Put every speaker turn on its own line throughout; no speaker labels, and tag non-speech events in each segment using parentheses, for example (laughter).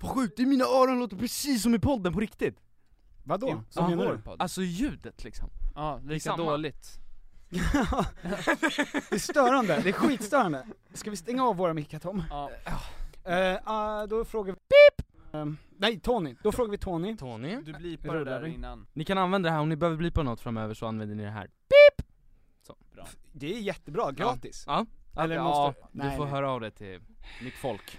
Vad sjukt, i mina öron låter precis som i podden på riktigt!
Vadå?
Som
Vad menar
vår
du?
podd.
Alltså ljudet liksom
ja, lika
samma.
dåligt.
det är störande, (laughs) det är skitstörande. Ska vi stänga av våra mickar Tom?
Ja,
Eh, ah, då frågar vi... Ehm, nej, Tony. Då frågar vi Tony.
Tony?
du blipar det
Rullar
där
vi.
innan.
Ni kan använda det här, om ni behöver blipa något framöver så använder ni det här
Det är jättebra, gratis.
Ja,
Eller
ja,
måste...
du får höra av dig till mitt folk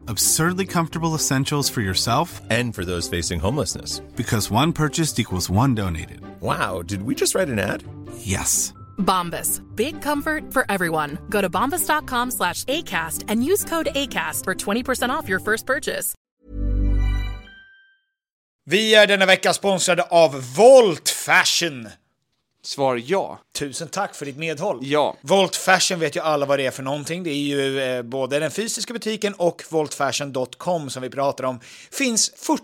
Absurdly comfortable essentials for yourself
And for those facing homelessness.
because one purchased equals one donated.
Wow, did we just write an ad?
Yes.
Bombas. Big comfort for everyone. Go to bombas.com slash ACAST and use code ACAST for 20% off your first purchase.
Vi är denna vecka sponsrade av Volt Fashion.
Svar ja.
Tusen tack för ditt medhåll.
Ja.
Volt Fashion vet ju alla vad det är för någonting. Det är ju eh, både den fysiska butiken och voltfashion.com som vi pratar om. Finns 40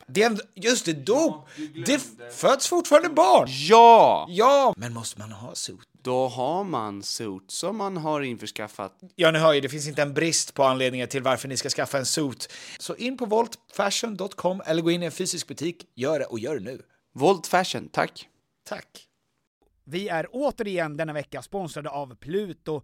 Det är, en- just det, dop! det f- föds fortfarande barn!
Ja!
Ja! Men måste man ha suit?
Då har man suits som man har införskaffat.
Ja, ni hör ju, det finns inte en brist på anledningar till varför ni ska skaffa en suit. Så in på voltfashion.com eller gå in i en fysisk butik. Gör det och gör det nu.
Volt fashion, tack.
Tack!
Vi är återigen denna vecka sponsrade av Pluto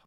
ta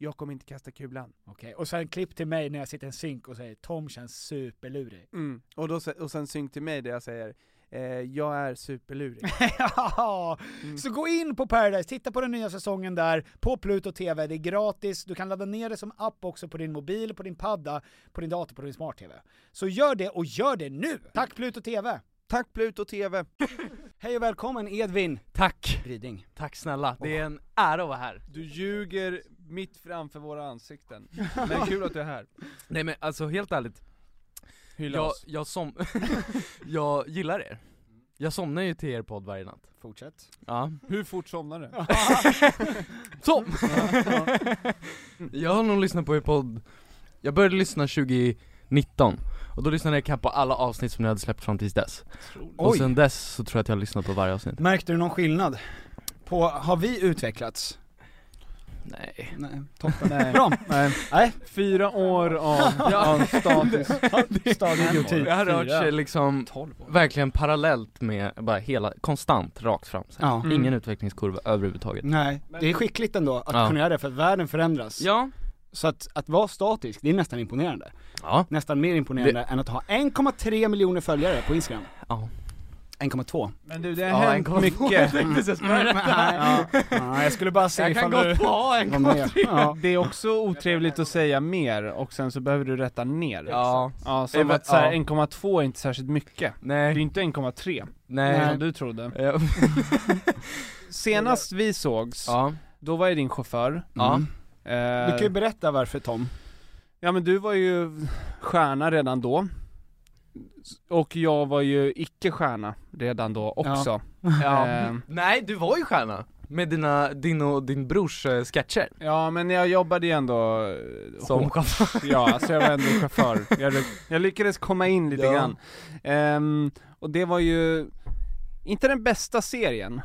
Jag kommer inte kasta kulan.
Okej, och sen klipp till mig när jag sitter i en synk och säger Tom känns superlurig.
Mm. Och, då, se- och sen synk till mig där jag säger eh, jag är (laughs) superlurig.
(laughs) ja, Mm. så gå in på Paradise, titta på den nya säsongen där, på Pluto TV, det är gratis, du kan ladda ner det som app också på din mobil, på din padda, på din dator, på din smart-TV. Så gör det, och gör det nu! Tack Pluto TV!
Tack Pluto TV!
Hej och välkommen Edvin!
Tack!
Briding.
Tack snälla, det är en ära att vara här.
Du ljuger mitt framför våra ansikten. Men kul att du är här.
Nej men alltså helt ärligt,
Hylla
jag,
oss.
jag, som... (laughs) jag gillar er. Jag somnar ju till er podd varje natt.
Fortsätt.
Ja.
Hur fort somnar du?
Så! (laughs) jag har nog lyssnat på er podd, jag började lyssna 2019 och då lyssnade jag ikapp på alla avsnitt som ni hade släppt fram tills dess. Och
(laughs) Oj.
sen dess så tror jag att jag har lyssnat på varje avsnitt.
Märkte du någon skillnad? På, har vi utvecklats?
Nej.
(laughs) Nej, toppen.
Nej.
Bra!
Nej.
Nej.
Fyra år
(laughs)
av,
Ja.
av (laughs) status.
Stadiotid.
Det har rört sig liksom verkligen parallellt med, bara hela, konstant rakt fram. Så här. Mm.
Ja.
Ingen utvecklingskurva överhuvudtaget.
Nej, det är skickligt ändå att
Ja.
kunna göra det för att världen förändras.
Ja.
Så att, att vara statisk, det är nästan imponerande.
Ja.
Nästan mer imponerande
Det-
än att ha 1,3 miljoner följare på Instagram.
Ja.
1,2.
Men du, det har
Ja,
hänt
1,2.
mycket.
(laughs)
Mm. (laughs) Ja. Ja, jag skulle bara se
Jag kan
ifall
gott
du
få ha en
var med. Ja.
(laughs) Det är också otrevligt att säga mer och sen så behöver du rätta ner det.
Ja.
Ja, som
Ja.
att så här, 1,2 är inte särskilt mycket. Det är
Nej.
inte 1,3
Nej.
som du trodde.
Ja.
Senast vi sågs,
Ja.
då var jag din chaufför.
Ja.
Eh,
Mm. Du kan ju berätta varför Tom.
Ja men du var ju stjärna redan då. Och jag var ju icke-stjärna redan då också.
(laughs) ja.
Eh,
Nej, du var ju stjärna. Med dina, din och din brors eh, sketcher.
ja men jag jobbade ju ändå eh,
Som
hårt.
chaufför.
Ja, alltså jag var ändå chaufför. Jag, lyck- jag lyckades komma in lite
Ja.
grann. Ehm, och det var ju inte den bästa serien.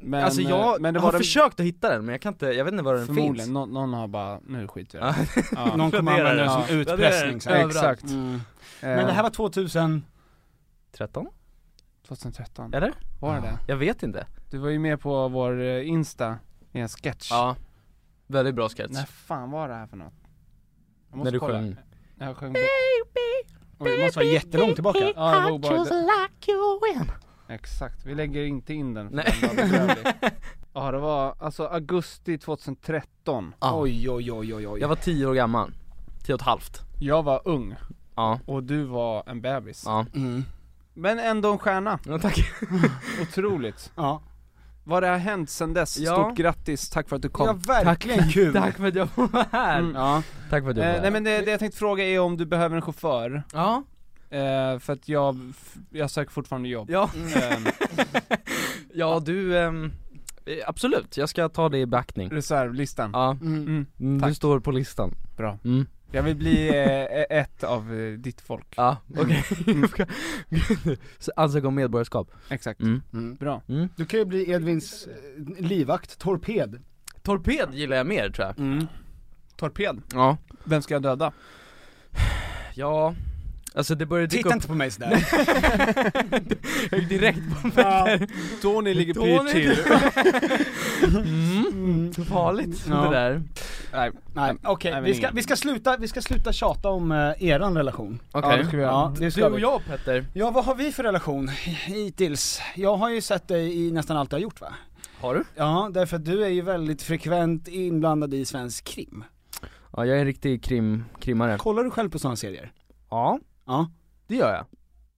Men,
alltså jag
eh, men det
har
var den,
försökt att hitta den men jag kan inte, jag vet inte var den
förmodligen,
finns.
någon, någon har bara, nu skiter vi i
Ja. (laughs)
det. Ja.
Någon kommer använda
Raderar
det.
det som
Ja,
utpressning
det är det.
sen.
Överallt.
Exakt.
Mm.
Eh,
Men det här var 2000...
13?
2013,
Eller?
var det det?
Jag vet inte.
Du var ju med på vår eh, Insta i en sketch.
Ja. Väldigt bra sketch.
När fan var det här för något? Jag måste
När du
kolla.
sjöng.
Jag sjöng...
Oj, det måste vara jättelångt tillbaka.
Ja, det var bara... Exakt, vi lägger inte in den (laughs) för
Nej. (laughs)
den var bedrövlig. Ja det var alltså augusti 2013
Ja.
Oj, oj, oj, oj, oj.
Jag var 10 år gammal. 10 och ett halvt.
Jag var ung
Ja.
och du var en bebis
Ja.
Mm.
Men ändå en stjärna,
ja tack.
otroligt
Ja.
Vad det har hänt sen dess,
Ja.
stort grattis, tack för att du kom
ja, verkligen kul.
Tack för att jag var här.
Mm.
Ja.
Tack för att du var
eh,
här.
Nej men det, det jag tänkte fråga är om du behöver en chaufför,
Ja.
eh, för att jag, f- jag söker fortfarande jobb
Ja. (laughs)
Ehm,
Ja du, ehm, eh, absolut. Jag ska ta det i beaktning.
Reservlistan
Ja.
mm.
Mm,
Tack.
du står på listan.
Bra.
Mm.
Jag vill bli eh, ett av eh, ditt folk
Ja, okej. (laughs) Alltså, Så Ansök om medborgarskap.
Exakt,
Mm.
bra
Du kan ju bli Edvins eh, livvakt, torped.
Torped gillar jag mer tror jag.
Torped,
Ja.
vem ska jag döda?
Ja. Alltså det började dyka
Titta
upp
inte på mig (laughs) sådär.
Jag gick direkt på
Ja.
Tony ligger
Tony-
pyrt (laughs) till
mm. Farligt
Ja.
det där.
Nej,
Nej, okej.
Nej, men
Vi, ska,
ingen.
vi, ska sluta- vi ska sluta tjata om eh, eran relation.
Okej.
det ska vi göra.
Ja, det
Du
ska
och
vi.
jag Petter,
Ja, vad har vi för relation hittills? Jag har ju sett dig i nästan allt du har gjort va?
har du?
Ja, därför att du är ju väldigt frekvent inblandad i svensk krim.
Ja jag är en riktig krim, krimmare
Kollar du själv på sådana serier?
Ja,
Ja.
det gör jag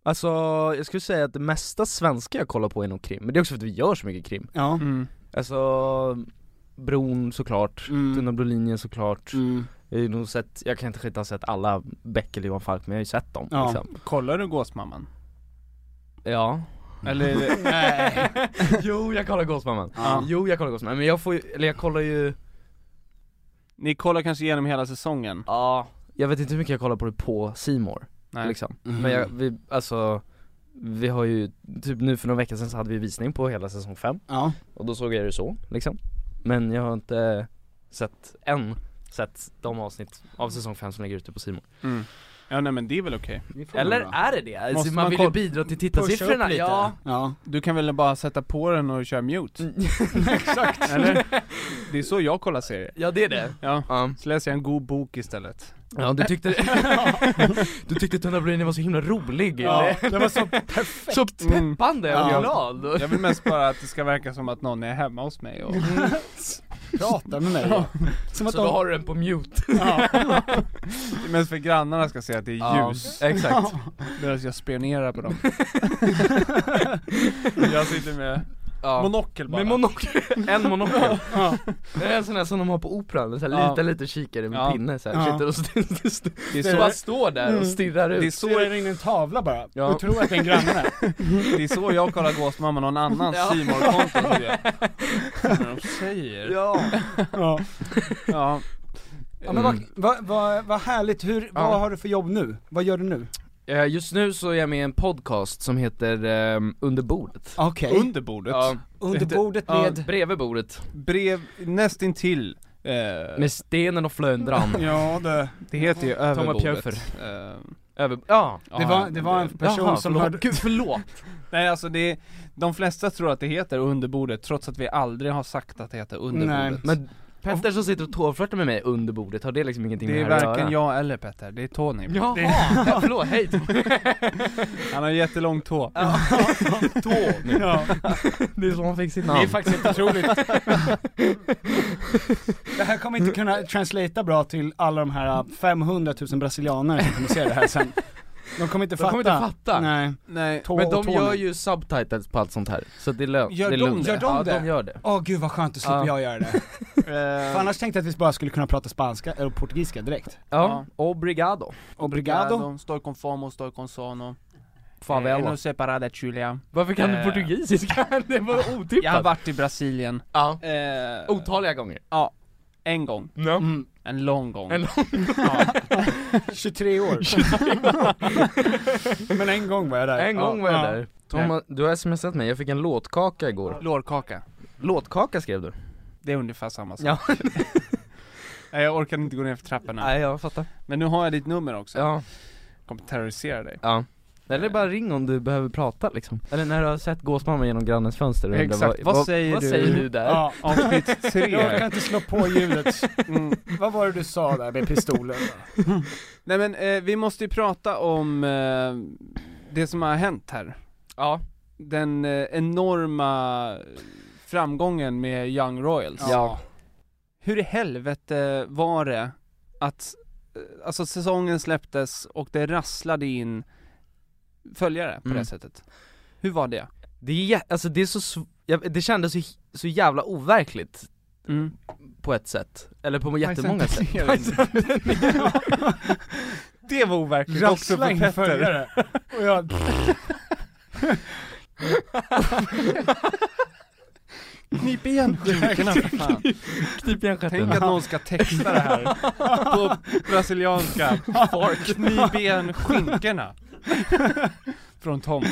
Alltså jag skulle säga att det mesta svenska jag kollar på är nog krim, men det är också för att vi gör så mycket krim
Ja.
Mm.
Alltså, Bron såklart,
Mm.
Tunna blå linjen såklart
Mm.
Jag har ju nog sett, jag kan inte skita ha sett alla Becker, Johan Falk, men jag har ju sett dem
Ja.
liksom
Kollar du
(laughs)
Gåsmamman?
(laughs) Ja
(laughs) Eller,
Nej.
Jo jag kollar Gåsmamman
Ja.
Jo jag kollar Gåsmamman, men jag får ju, eller jag kollar ju
ni kollar kanske igenom hela säsongen?
Ja Jag vet inte hur mycket jag kollar på det på Simor
Nej.
liksom Men jag, vi, alltså vi har ju, typ nu för några veckor sedan så hade vi visning på hela säsong 5
Ja.
Och då såg jag det så liksom Men jag har inte sett, än sett de avsnitt av säsong 5 som ligger ute på Simon
Mm. Ja nej men det är väl okej?
Eller är det det? Alltså,
Måste
man,
man
vill ju
koll-
bidra till tittarsiffrorna, ja
Ja.
Mm. (laughs) Du kan väl bara sätta på den och köra mute?
(laughs)
Exakt.
Eller? Det är så jag kollar serier.
Ja det är det.
Ja. Så läser jag en god bok istället.
Ja du tyckte, (laughs) du tyckte Tunna Bruni var så himla rolig
Ja, (laughs)
eller?
den var så
perfekt Så peppande och glad
Jag vill mest bara att det ska verka som att någon är hemma hos mig (laughs) och
Prata med mig.
Ja.
Som att
Så då
de-
har du den på mute
Ja. Det är mest för grannarna ska se att det är
Ja,
(laughs) ljus
exakt.
Medan jag spionerar på (laughs) dem Jag sitter med
Ja.
monokel bara
Med monokel, (laughs) en monokel
Ja.
Det är en sån här som de har på operan, en sån här
Ja.
liten liten kikare med
Ja.
pinne så här.
Ja.
sitter och st- st-
Det
st-
är så- Mm.
bara står där och stirrar ut
Det är så,
Ser in i en tavla bara,
Ja.
och tror att det är en granne.
(laughs) det är så jag kollar Gåsmamma, någon annans
Ja.
C More-konto tror jag. När de säger
Ja,
ja.
Ja,
Ja, men
Mm.
vad, vad, vad, vad härligt, Hur, vad har du för jobb nu? Vad gör du nu?
Eh, just nu så är jag med i en podcast som heter um, Under bordet
Okej,
under bordet,
Ja,
under bordet
ja,
med...
bredvid bordet,
brev nästintill eh,
med stenen och flöndran
Ja det, det heter ju över
Thomas
bordet Eh,
Över, ja
ja,
Det var, det var en person
Jaha,
som
förlåt.
hörde...
Gud förlåt!
Nej alltså det, de flesta tror att det heter under bordet trots att vi aldrig har sagt att det heter under
Nej,
(laughs)
bordet
Men Petter som sitter och tårflörtar med mig under bordet, har det liksom ingenting
Det är
med det här
varken
att göra?
jag eller Petter, det är Tony
Jaha! Ja, förlåt, hej!
(laughs) Han har jättelång tå
(laughs)
Tony!
Ja.
Det är så han fick sitt namn.
Det är faktiskt helt otroligt. det här kommer inte kunna translata bra till alla de här äh, 500 000 brasilianer som kommer se det här sen. De kommer inte
De
fatta.
kommer inte fatta.
Nej.
Nej
Tå
Men
och
de
tårna.
gör ju subtitles på allt sånt här, så det är lugnt.
Gör
det är
de
lugnt.
det?
Gör de
ja,
det?
de gör det.
Åh gud vad skönt, då
Ja.
slipper jag
(laughs)
göra det. För annars tänkte jag att vi bara skulle kunna prata spanska, eller portugisiska direkt.
Ja, obrigado.
Obrigado.
Estoy conformo, estoy consono
Favela.
Eh, separada Julia
Varför kan du
Eh.
portugisiska? Det var otippat.
Jag har varit i Brasilien
Ja,
eh,
otaliga gånger.
Ja, en gång,
Mm.
en lång gång
En lång-
ja. (laughs)
23 år. Men en gång var jag där.
En gång var jag
Ja.
där. Thomas, du har smsat mig, jag fick en låtkaka igår.
Lårkaka,
Låtkaka skrev du?
det är ungefär samma sak
Ja.
(laughs) Nej jag orkar inte gå ner för trapporna
jag fattar.
Men nu har jag ditt nummer också,
Ja.
kommer terrorisera dig
Ja Eller bara ring om du behöver prata liksom Eller när du har sett gåsmamma genom grannens fönster och undrar,
Exakt. Vad säger
vad
du?
säger du där? (laughs)
Ja.
Avsnitt
Jag kan
tre Mm.
inte slå på ljudet. Vad var det du sa där med pistolen?
Nej men eh, vi måste ju prata om eh, det som har hänt här
Ja,
Den eh, enorma framgången med Young Royals
ja.
Hur i helvete var det att, eh, alltså säsongen släpptes och det rasslade in följare på
Mm.
det sättet? Hur var det?
Det är jä- alltså det är så sv- jag, det kändes så, hi- så jävla overkligt
Mm.
på ett sätt, eller på jättemånga
(laughs)
sätt
Det var overkligt också
Rassla
för
in
Petter
följare. Och jag...
(laughs) Knip igen skinkorna för fan
Knip igen
Tänk att någon ska texta det här på brasilianska. Knip igen skinkorna. Från Tom.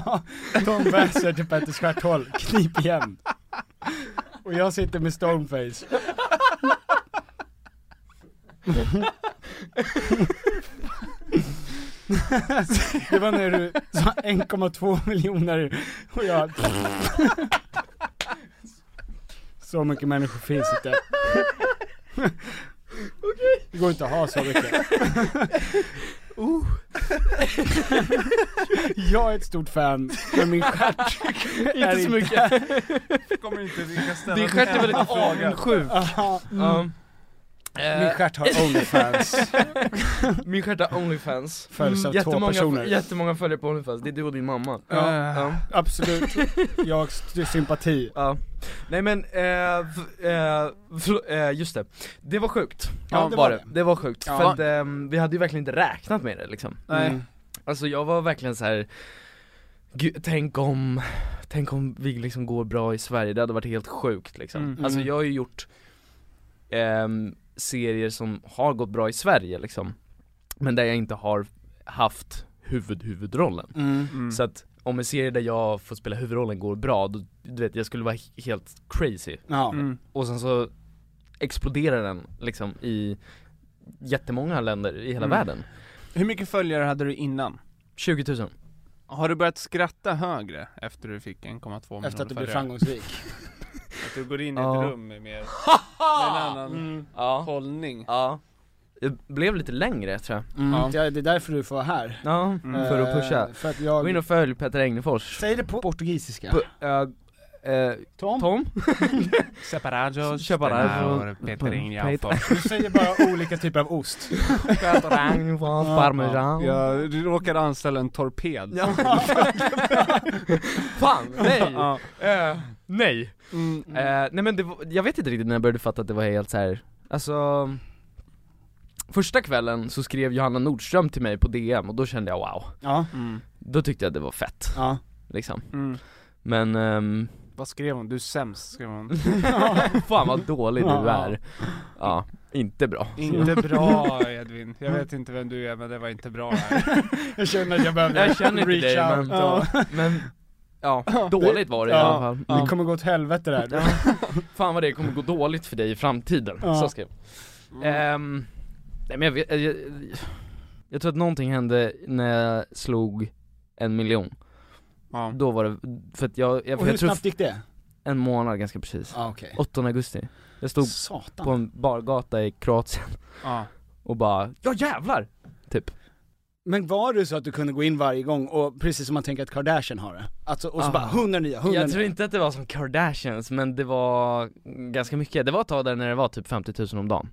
(laughs) Tom väser till Petter Stjärtholm, knip igen. Och jag sitter med stoneface. (laughs) Det var när du sa 1,2 miljoner och jag... Så mycket människor finns inte. Det går inte att ha så mycket. Jag är ett stort fan, men min stjärt är
Inte så mycket,
Kommer inte vilka ställa
din stjärt är väldigt avundsjuk
Ja,
mm.
Min stjärt
Eh.
har Onlyfans,
(laughs) Min stjärt har Onlyfans Mm,
följs av två
Jättemånga,
personer.
jättemånga följare på Onlyfans, det är du och din mamma
Ja.
ja.
Eh, Absolut, jag har st- sympati.
Ja, nej men, eh, v- eh, förl- eh, just det. Det var sjukt,
Ja, det var det.
Det var sjukt,
Ja.
för att ehm, vi hade ju verkligen inte räknat med det liksom
Nej.
Mm.
Alltså jag var verkligen så här. Gud, tänk om, tänk om vi liksom går bra i Sverige, det hade varit helt sjukt liksom
Mm.
Alltså
Mm.
jag har ju gjort ehm, serier som har gått bra i Sverige liksom Men där jag inte har haft huvudhuvudrollen
Mm.
så att om en serie där jag får spela huvudrollen går bra, då, du vet jag skulle vara he- helt crazy
Ja.
Mm.
Och sen så exploderar den liksom i jättemånga länder i hela
Mm.
världen
Hur mycket följare hade du innan?
20 000
Har du börjat skratta högre efter du fick 1,2 miljoner
Efter att du blev
följare?
framgångsrik.
Att du går in i ett
Ja.
rum med, mer, med en annan
Ja.
hållning.
Ja. Det blev lite längre tror jag.
Mm. Ja, det är därför du får vara här.
Ja,
Mm.
för att pusha.
Eh, För att jag...
Gå in och följ Peter Englefors.
Säg det på portugisiska.
P- eh, eh,
Tom?
Tom?
Separado,
Separado,
Peter
Du säger bara olika typer
(laughs)
av ost.
Englefors, parmesan.
Jag råkade anställa en torped.
Ja. (laughs) Fan, nej!
Ja.
Eh, nej!
Mm,
Eh, nej men det var, jag vet inte riktigt när jag började fatta att det var helt så här. alltså Första kvällen så skrev Johanna Nordström till mig på DM och då kände jag wow
Ja.
Mm.
Då tyckte jag att det var fett,
Ja.
liksom
Mm.
Men, ehm, (laughs)
Vad skrev hon? Du är sämst, skrev hon.
fan vad dålig du
Ja.
är Ja, inte bra
Inte (laughs) bra Edvin, jag vet inte vem du är men det var inte bra här.
Jag känner att jag behöver
Jag känner inte
reach
dig
out
men,
och...
men, ja, dåligt var det i alla fall
Det kommer gå åt helvete där.
Ja. (laughs) Fan vad det kommer gå dåligt för dig i framtiden,
Ja.
så skrev
Mm.
hon.
Eh,
Ehm, Nej men jag, vet, jag, jag, jag tror att någonting hände när jag slog en miljon
Ja.
Då var det, för att jag, jag,
Och hur
jag tror
snabbt gick det?
en månad ganska precis
Ja, okej.
8 augusti Jag stod
Satan.
på en bargata i Kroatien
Ja.
och bara 'Ja jävlar!' typ
Men var det så att du kunde gå in varje gång och precis som man tänker att Kardashian har det? Alltså, och så
Ah.
bara 100 nya, 100
Jag tror
nya.
inte att det var som Kardashians men det var ganska mycket, det var ett tag där när det var typ 50 000 om dagen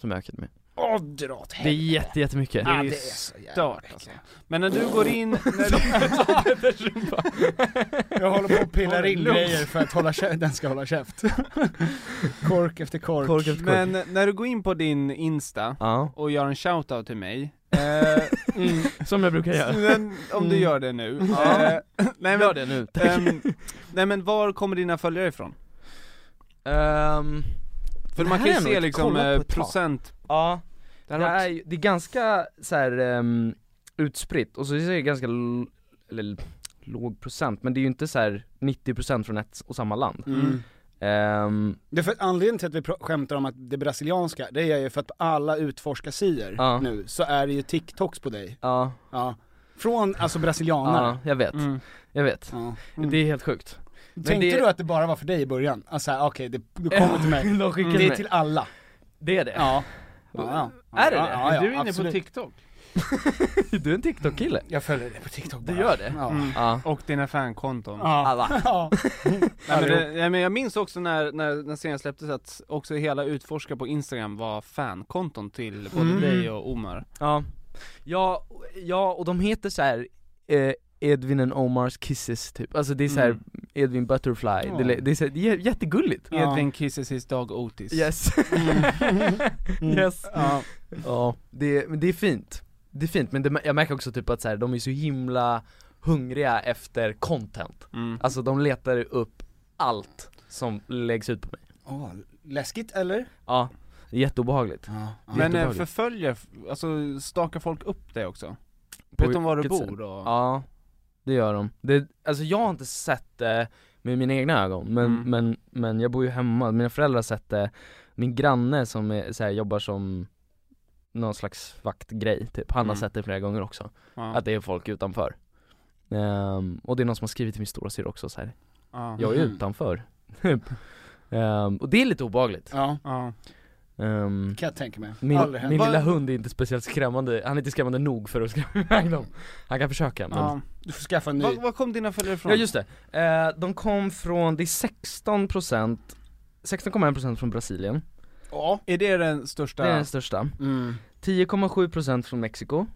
Som jag ökade med
Åh, dra åt
Det är
helvete.
jätte, jättemycket
Ja, det är så jävla
stört, alltså. Men när du går (laughs) in, när du,
Jag håller på och pillar in
Lugn.
grejer för att hålla kä- den ska hålla (laughs) käft. kork efter kork.
Kork efter kork
men när du går in på din Insta
Ja,
och gör en shoutout till mig, eh, mm,
(laughs) som jag brukar göra
men, om du gör det nu.
Mm. (laughs) Ja.
Eh, nej, men,
Gör det nu
(laughs) ehm, nej men var kommer dina följare ifrån?
Ehm,
För
Det
man
här har
kan ju
jag nog
se
inte
liksom
kollat
eh,
på ett tag.
procent,
Ja,
det
det,
hade
är,
varit,
ju- det är ganska så här ehm, utspritt och så är det ganska l- eller, l- låg procent men det är ju inte så här 90% från ett och samma land
Mm.
Ehm,
Det är för att anledningen till att vi pr- skämtar om att det brasilianska, det är ju för att på alla utforskarsidor
Ja.
nu så är det ju TikToks på dig.
Ja,
Ja. Från alltså brasilianare.
ja, jag vet,
mm,
jag vet
Ja.
Det är helt sjukt
Tänkte
det-
du att det bara var för dig i början? Alltså här, okej, det, det kommer till mig.
De skickade
Det är
mig.
till alla.
Det är det?
Ja. Ja, ja.
Är det
Ja,
det?
ja, ja,
Du är inne
absolut.
på TikTok?
(laughs) Du är en TikTok-kille?
Jag följer det på TikTok bara.
Du gör det?
Ja.
Mm.
Ja
Och dina fankonton?
Alla.
Ja.
Nej, men det, nej, men jag minns också när, när, när serien släpptes att också hela Utforska på Instagram var fankonton till både
Mm.
dig och Omar
Ja, ja, ja och de heter så här. Eh, Edvin and Omars kisses typ, alltså det är så här
Mm.
Edvin Butterfly, det, lä- det är så här, det är jättegulligt
Ja.
Edvin kisses his dog Otis
Yes, (laughs) Mm. yes
Ja.
Ja, det, men det är fint Det är fint, men det, jag märker också typ att så här, de är så himla hungriga efter content
mm.
Alltså de letar upp allt som läggs ut på mig
Åh, läskigt eller?
Ja, det är jätteobehagligt
Ja.
Men eh,
Jättebra.
förföljer, alltså stakar folk upp dig också? Vet de var du
vilket sätt?
bor och...
Ja, det gör de. Det, alltså jag har inte sett det med mina egna ögon, men,
Mm.
men, men jag bor ju hemma, mina föräldrar har sett det, min granne som är, så här, jobbar som någon slags vaktgrej typ, han har
Mm.
sett det flera gånger också,
Ja.
att det är folk utanför Ehm, Och det är någon som har skrivit till min storasyster också så här.
ja.
jag är
Mhm.
utanför (laughs) typ. Ehm, Och det är lite obehagligt
Ja,
Ja.
Ehm,
kan jag tänka mig.
Min,
Aldrig hänt.
min
Va-
lilla hund är inte speciellt skrämmande, han är inte skrämmande nog för att skrämma (laughs) iväg dem Han kan försöka men
Ja.
Du får skaffa en ny.
Var, var kom dina följare ifrån?
Ja just det, eh, de kom från, det är 16% 16,1% från Brasilien,
Ja.
Är det den största?
det är den största
Mm.
10,7% från Mexiko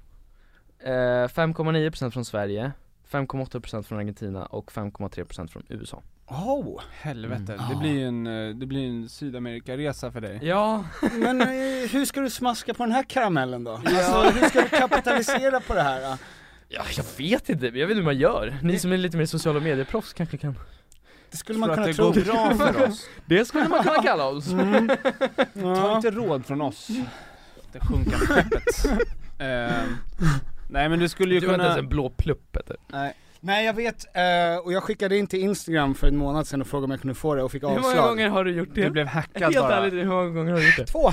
eh, 5,9% från Sverige 5,8% från Argentina och 5,3% från USA
Oh.
Helvete,
Mm.
det
Ja.
blir ju en, eh, det blir en Sydamerika-resa för dig
Ja,
Men eh, hur ska du smaska på den här karamellen då? Alltså hur ska du kapitalisera på det här? Då?
ja jag vet inte, jag vet inte hur man gör. Ni som är lite mer sociala medieproffs kanske kan
Det skulle
Tror
man
att
kunna
det
tro.
går bra
(laughs)
för oss?
Det skulle man kunna kalla oss!
Ta inte råd från oss. Det sjunkande
(laughs)
skeppet. Ehm, nej men du skulle ju
Du har inte
kunna...
ens en blå plupp Peter
Nej.
Nej jag vet, eh, och jag skickade in till Instagram för en månad sedan och frågade om jag kunde få det och fick
Hur
avslag.
många gånger har du gjort det?
Du blev hackad
Helt
bara.
ärligt, hur många gånger har du gjort det?
Två!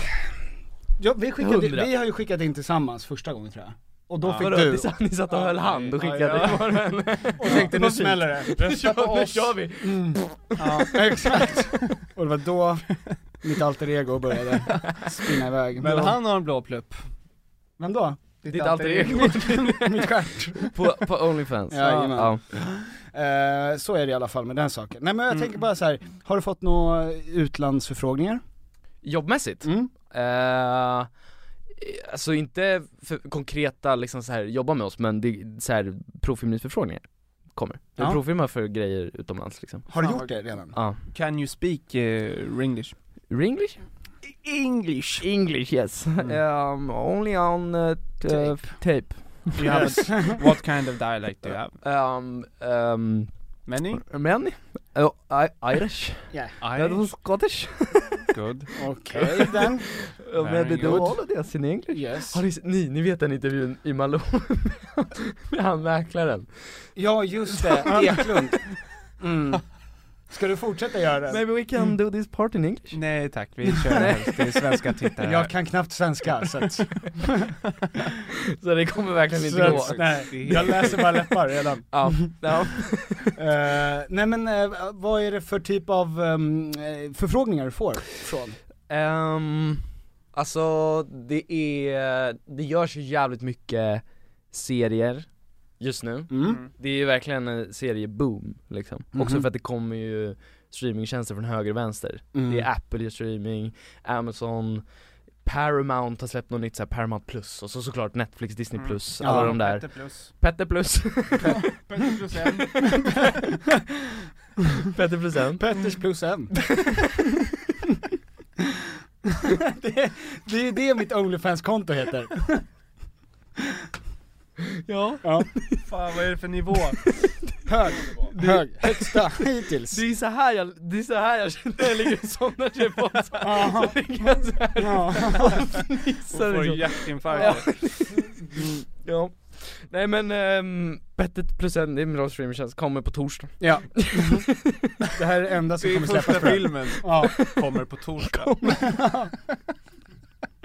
Ja, vi, skickade,
Hundra.
vi har ju skickat in tillsammans första gången tror jag. Och då
Ja.
fick
Vadå,
du...
ni satt- ni satt och höll hand och skickade i morgonen.
Och tänkte
Vad
nu
fint.
smäller det,
Nu kör-
rösta
(laughs)
på
nu
oss.
kör vi.
Mm. Ja, exakt. Och det var då mitt alter ego började spinna iväg.
Men
Då-
han har en blå plupp.
Vem då?
Ditt alter ego.
(laughs) Mitt, mitt stjärt.
På, på Onlyfans?
Jajamän.
ja.
Eh, så är det i alla fall med den saken. Nej men jag tänker bara så här. har du fått några utlandsförfrågningar?
Jobbmässigt?
Mm.
Eh, alltså inte för konkreta liksom så här, jobba med oss men det, så här, provfilmningsförfrågningar kommer. Vi
Ja.
provfilmar för grejer utomlands liksom.
Har du gjort det redan?
Ja.
Can you speak eh, Ringlish?
Ringlish?
English!
English yes. Um, only on uh, t- uh, tape.
Do you have a, what kind of dialect do you have?
Um, um,
Many?
Many? Oh, I, Irish?
Yeah.
That was Scottish?
Good.
(laughs) Okej then.
Ja, Men det
Very
var
good.
all of this in English.
Yes.
Har ni, ni, ni vet den intervjun i Malou med han mäklaren?
Ja just det, Eklund. Mm. Ska du fortsätta göra det?
Maybe we can do this part in
(laughs)
English? (laughs)
Nej tack, vi kör helst till svenska tittare här.
Jag kan knappt svenska så (laughs) att...
Så det kommer verkligen inte gå.
Svensk, nej. Jag läser bara läppar redan.
Ja, ja.
Eh, nej men eh, vad är det för typ av ehm, eh, förfrågningar du får från?
Ehm, alltså det är, det görs ju jävligt mycket serier just nu.
Mm.
Mm.
Det är ju verkligen en serieboom liksom. Också
Mhm.
för att det kommer ju streamingtjänster från höger och vänster.
Mm.
Det är Apple gör streaming, Amazon, Paramount har släppt något nytt såhär Paramount plus och så såklart Netflix, Disney
Mm.
plus,
Ja,
alla de där.
Plus.
Petter plus.
Petter plus
(laughs)
en.
Petter plus en.
Petters plus en. det, det är det mitt Onlyfans-konto heter.
Ja.
Ja.
Fan vad är det för nivå?
Hög, hög, högsta hittills.
Det är så här jag, det är så här jag känner när jag ligger och somnar till en podd
(laughs) Aha.
så ligger jag såhär
Ja.
och fnissar
Får
liksom.
hjärtinfarkt.
Ja. Nej men, um, bettet plus en, det är min bra streamingtjänst, kommer på torsdag
ja. Det här är det enda som
Det är
kommer släppas
första
på den.
filmen,
Ja.
kommer på torsdag.
(laughs)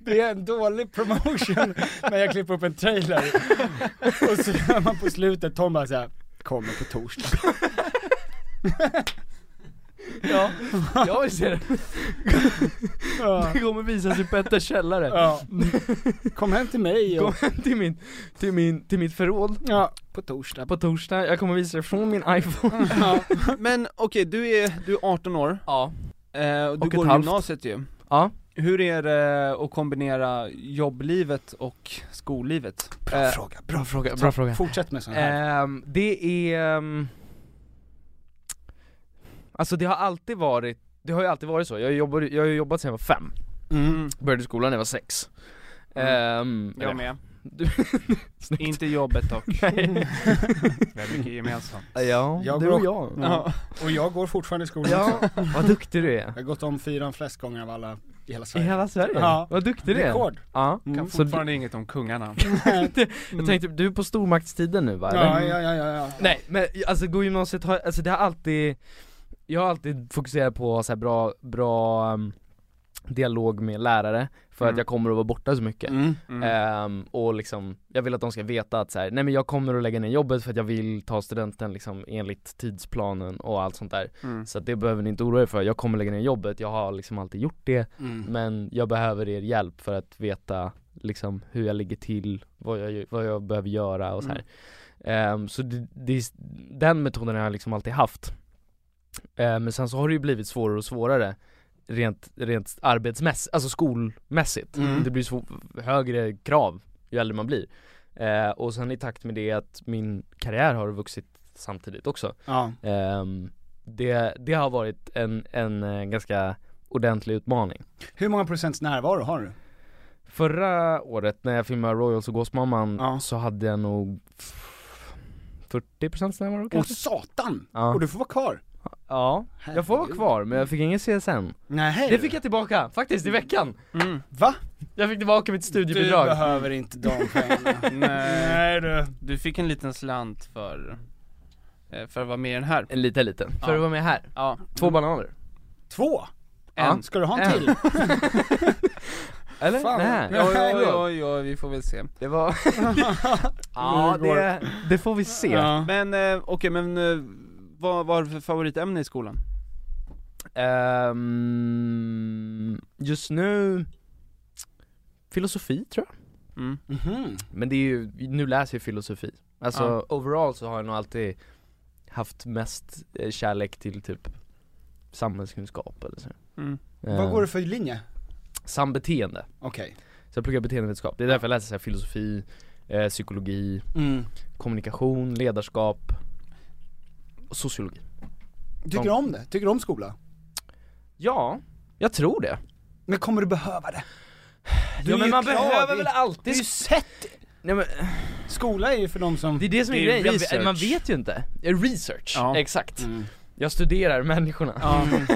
Det är en dålig promotion när jag klipper upp en trailer och så hör man på slutet Tom bara såhär, kommer på torsdag.
(laughs) Ja, (laughs) jag vill se det.
Ja.
Det kommer visas i Petters källare
Ja. Kom hem till mig
Kom
och...
hem till min, till min, till mitt förråd
Ja, på torsdag.
på torsdag, jag kommer visa det från min iPhone
Ja.
Men okej, du är, du är 18 år,
Ja,
eh, och du
Och ett
går i
halvt.
gymnasiet ju.
ja
Hur är det att kombinera jobblivet och skollivet? Eh,
Bra fråga, bra
fråga, bra fråga
Fortsätt med sån här.
Ehm, det är... ehm, alltså det har alltid varit, det har ju alltid varit så. Jag, jobbar, jag har ju jobbat sedan jag var fem,
Mm.
började skolan när jag var sex.
Mm.
Ehm,
Jag
eller-
med.
Du- (laughs) Snyggt.
Inte jobbet dock.
(laughs) Nej.
Vi har mycket gemensamt.
ja,
Jag
du
går-
och jag.
Ja.
Mm. Och jag går fortfarande i skolan också.
Ja, vad duktig du är.
Jag har gått om fyran flest gånger av alla i hela
I
Sverige.
hela Sverige?
Ja.
Vad duktig du är.
Rekord.
Ja.
Kan
Så du,
fortfarande inget om kungarna.
(laughs) jag tänkte, du är på stormaktstiden nu va? eller?
Ja, ja, ja, ja, ja.
Nej men alltså gå gymnasiet har, alltså det har alltid Jag har alltid fokuserat på så här bra, bra um, dialog med lärare För
Mm.
att jag kommer att vara borta så mycket
Mm.
Mm.
Ehm, Och liksom, jag vill att de ska veta att så här, nej men jag kommer att lägga ner jobbet för att jag vill ta studenten liksom enligt tidsplanen och allt sånt där
Mm.
Så att det behöver ni inte oroa er för, jag kommer lägga ner jobbet, jag har liksom alltid gjort det
Mm.
Men jag behöver er hjälp för att veta liksom hur jag ligger till, vad jag, vad jag behöver göra och så här.
Mm.
Ehm, så det, det, är s- den metoden har jag liksom alltid haft. Ehm, men sen så har det ju blivit svårare och svårare rent, rent arbetsmässigt, alltså skolmässigt.
Mm.
Det blir svå- högre krav ju äldre man blir. Ehm, och sen i takt med det att min karriär har vuxit samtidigt också.
Ja.
Ehm, det, det har varit en, en eh, ganska ordentlig utmaning.
Hur många procents närvaro har du?
Förra året när jag filmade Royals och Gåsmamman
Ja.
så hade jag nog f- 40% närvaro
Åh
kanske?
satan!
Ja.
Och du får vara kvar.
Ja, jag får vara kvar men jag fick ingen CSN
Nej.
Det fick jag tillbaka, faktiskt i veckan!
Mm.
Va?
Jag fick tillbaka mitt
Du
studiebidrag
behöver inte de
(laughs)
pengarna.
Nej.
du.
Du fick en liten slant för, eh, för att vara med i den här.
En liten liten, för
Ja.
att vara med här
Ja.
Två bananer
Två?
Ja.
Ska du ha en
En.
till?
Eller?
Fan.
Nej.
Oj, oj, oj, oj, vi får väl se.
Det
(laughs)
var... ja, det, det får vi se.
Men eh, okej, men eh, vad var för favoritämne i skolan?
Ehm, just nu, filosofi tror jag.
Mm.
Men det är ju, nu läser jag filosofi. Alltså
Ja.
overall så har jag nog alltid haft mest eh, kärlek till typ samhällskunskap eller så. Ehm,
Mm.
Vad går det för linje?
Sambeteende.
Okej.
Så jag pluggar beteendevetenskap. Det är därför jag läser så här, filosofi, eh, psykologi,
Mm.
kommunikation, ledarskap, och sociologi.
Tycker du
Som-
om det? Tycker du om skola?
Ja, jag tror det.
Men kommer du behöva det?
ja men
ju
man
klar,
behöver
vi-
väl
Du
alltid
har ju sett!
Nej, men,
Skola är ju för de som...
Det är det som är,
Det är
grejen, jag,
research.
vet- man vet ju inte. Research,
Ja.
exakt.
Mm.
Jag studerar människorna.
(laughs)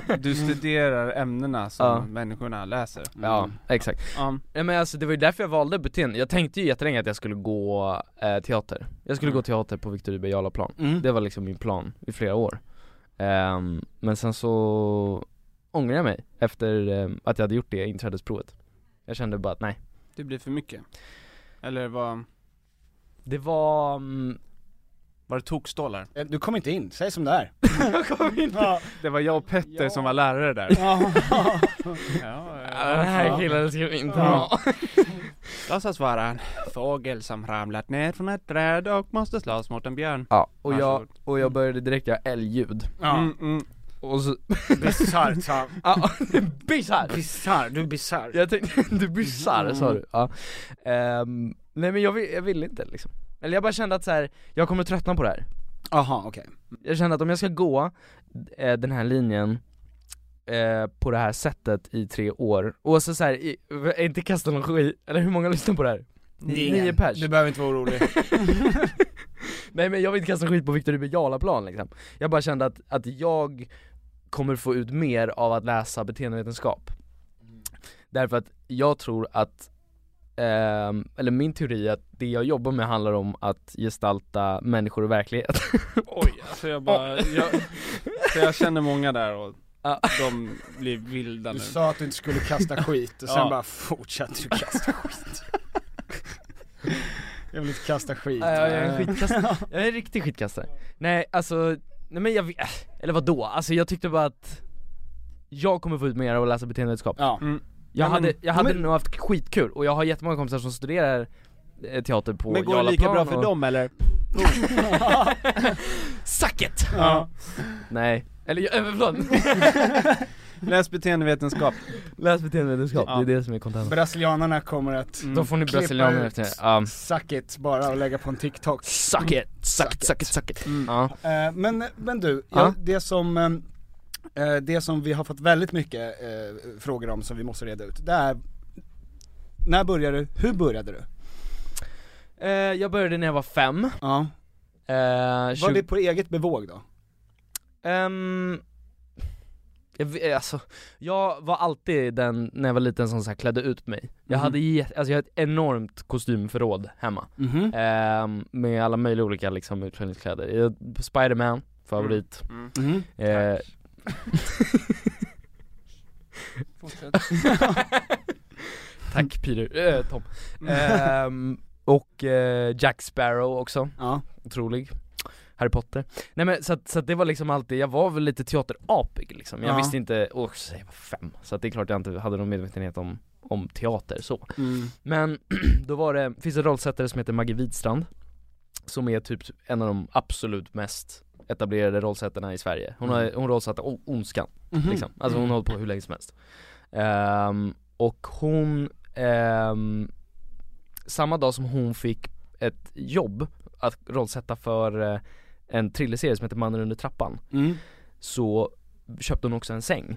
Ja, du studerar ämnena som
Ja.
människorna läser.
Ja, exakt.
Mm. Ja.
Nej, men alltså, det var ju därför jag valde beteende. Jag tänkte ju jättelänge att jag skulle gå eh, teater. Jag skulle gå teater på Victor Hugo Jarlaplan.
Mm.
Det var liksom min plan i flera år. Ehm, men sen så ångrade jag mig efter ehm, att jag hade gjort det inträdesprovet. Jag kände bara att nej.
Det blir för mycket. Eller var,
Det var... (laughs) mm,
var det tokstollar?
Eh, Du kommer inte in, säg som det är.
(laughs)
Ja.
Det var jag och Petter
Ja.
som var lärare där.
Ja.
ja,
ah, den här killen ska vi inte ha.
Låtsas vara en fågel som ramlat ner från ett träd och måste slåss mot en björn.
Ja, och jag,
Varsågod.
och jag började direkt göra älgljud.
Ja.
Mm, mm.
Och (laughs) så,
Bisarrt sa
ja, (laughs) (laughs) bisarr!
Bisarr, du är bisarr.
Jag tänkte, (laughs) du blir bisarr sa du, ja. Ehm, Nej men jag vill, jag vill inte liksom Eller jag bara kände att så här, jag kommer tröttna på det här
Aha, okej.
Jag kände att om jag ska gå eh, den här linjen eh, på det här sättet i tre år, och så, så här, i, inte kasta någon skit, eller hur många lyssnar på det här? Nio pers
Du behöver inte vara
(laughs)
orolig.
(laughs) Nej men jag vill inte kasta skit på Victor Hugo Jarlaplan liksom Jag bara kände att, att jag kommer få ut mer av att läsa beteendevetenskap
Mm.
Därför att jag tror att, ehm, eller min teori är att det jag jobbar med handlar om att gestalta människor och verklighet
Oj, alltså jag bara, jag, (laughs) för jag känner många där och
Ja.
de blir vilda nu.
Du sa att du inte skulle
(laughs)
kasta skit och sen
Ja.
bara fortsatte du kasta skit. Jag vill inte kasta skit.
Ja, jag är
(laughs)
en skitkastare, (laughs) jag är en riktig skitkastare Nej alltså, nej men jag vet, eller vadå? Alltså jag tyckte bara att jag kommer få ut mer av att läsa beteendevetenskap
Ja.
Mm.
Jag
Ja,
hade,
men-
jag hade
men-
nog haft skitkul och jag har jättemånga kompisar som studerar eh, teater på
Men går det lika bra
Jarlaplan
för
och... (laughs)
dem eller?
Suck it!
Ja.
Nej, eller jag- eh, förlåt,
Läs beteendevetenskap.
läs beteendevetenskap,
Ja.
det är det som är kontentan
Brasilianarna kommer att
Mm.
Då får ni
Klippa
brasilianer
ut.
efter det, um,
suck it bara och lägga på en TikTok.
Suck it, suck it, suck it, suck it
Mm.
Ja,
Eh, men, men du,
Ja.
jag, det som eh, eh, det som vi har fått väldigt mycket eh, frågor om som vi måste reda ut, det är när började du? Hur började du?
Eh, jag började när jag var fem,
Ja.
eh,
Var
20...
det på eget bevåg då?
Ehm, jag, vet- alltså, jag var alltid den, när jag var liten, som så här klädde ut mig Jag
Mhm.
hade jätte, alltså jag hade ett enormt kostymförråd hemma
Mhm.
Ehm, med alla möjliga olika liksom utklädningskläder. Jag- Spiderman, favorit.
Mm.
Mhm.
Eh,
Fortsätt.
Eh, (laughs) tack Peter, eh, Tom. Ehm, och eh, Jack Sparrow också,
Ja.
otrolig. Harry Potter. Nej men så att, så att det var liksom alltid, jag var väl lite teaterapig liksom. Jag
Ja.
visste inte, och så jag var fem. Så att det är klart jag inte hade någon medvetenhet om, om teater så.
Mm.
Men (clears throat) då var det, finns det en rollsättare som heter Maggie Widstrand Som är typ en av de absolut mest etablerade rollsättarna i Sverige Hon, har, hon rollsatte o- Ondskan
Mm.
Mhm.
liksom, alltså hon har hållit på hur länge som helst Ehm, Och hon, ehm, samma dag som hon fick ett jobb att rollsätta för eh, en thrillerserie som heter Mannen under trappan
Mm.
Så köpte hon också en säng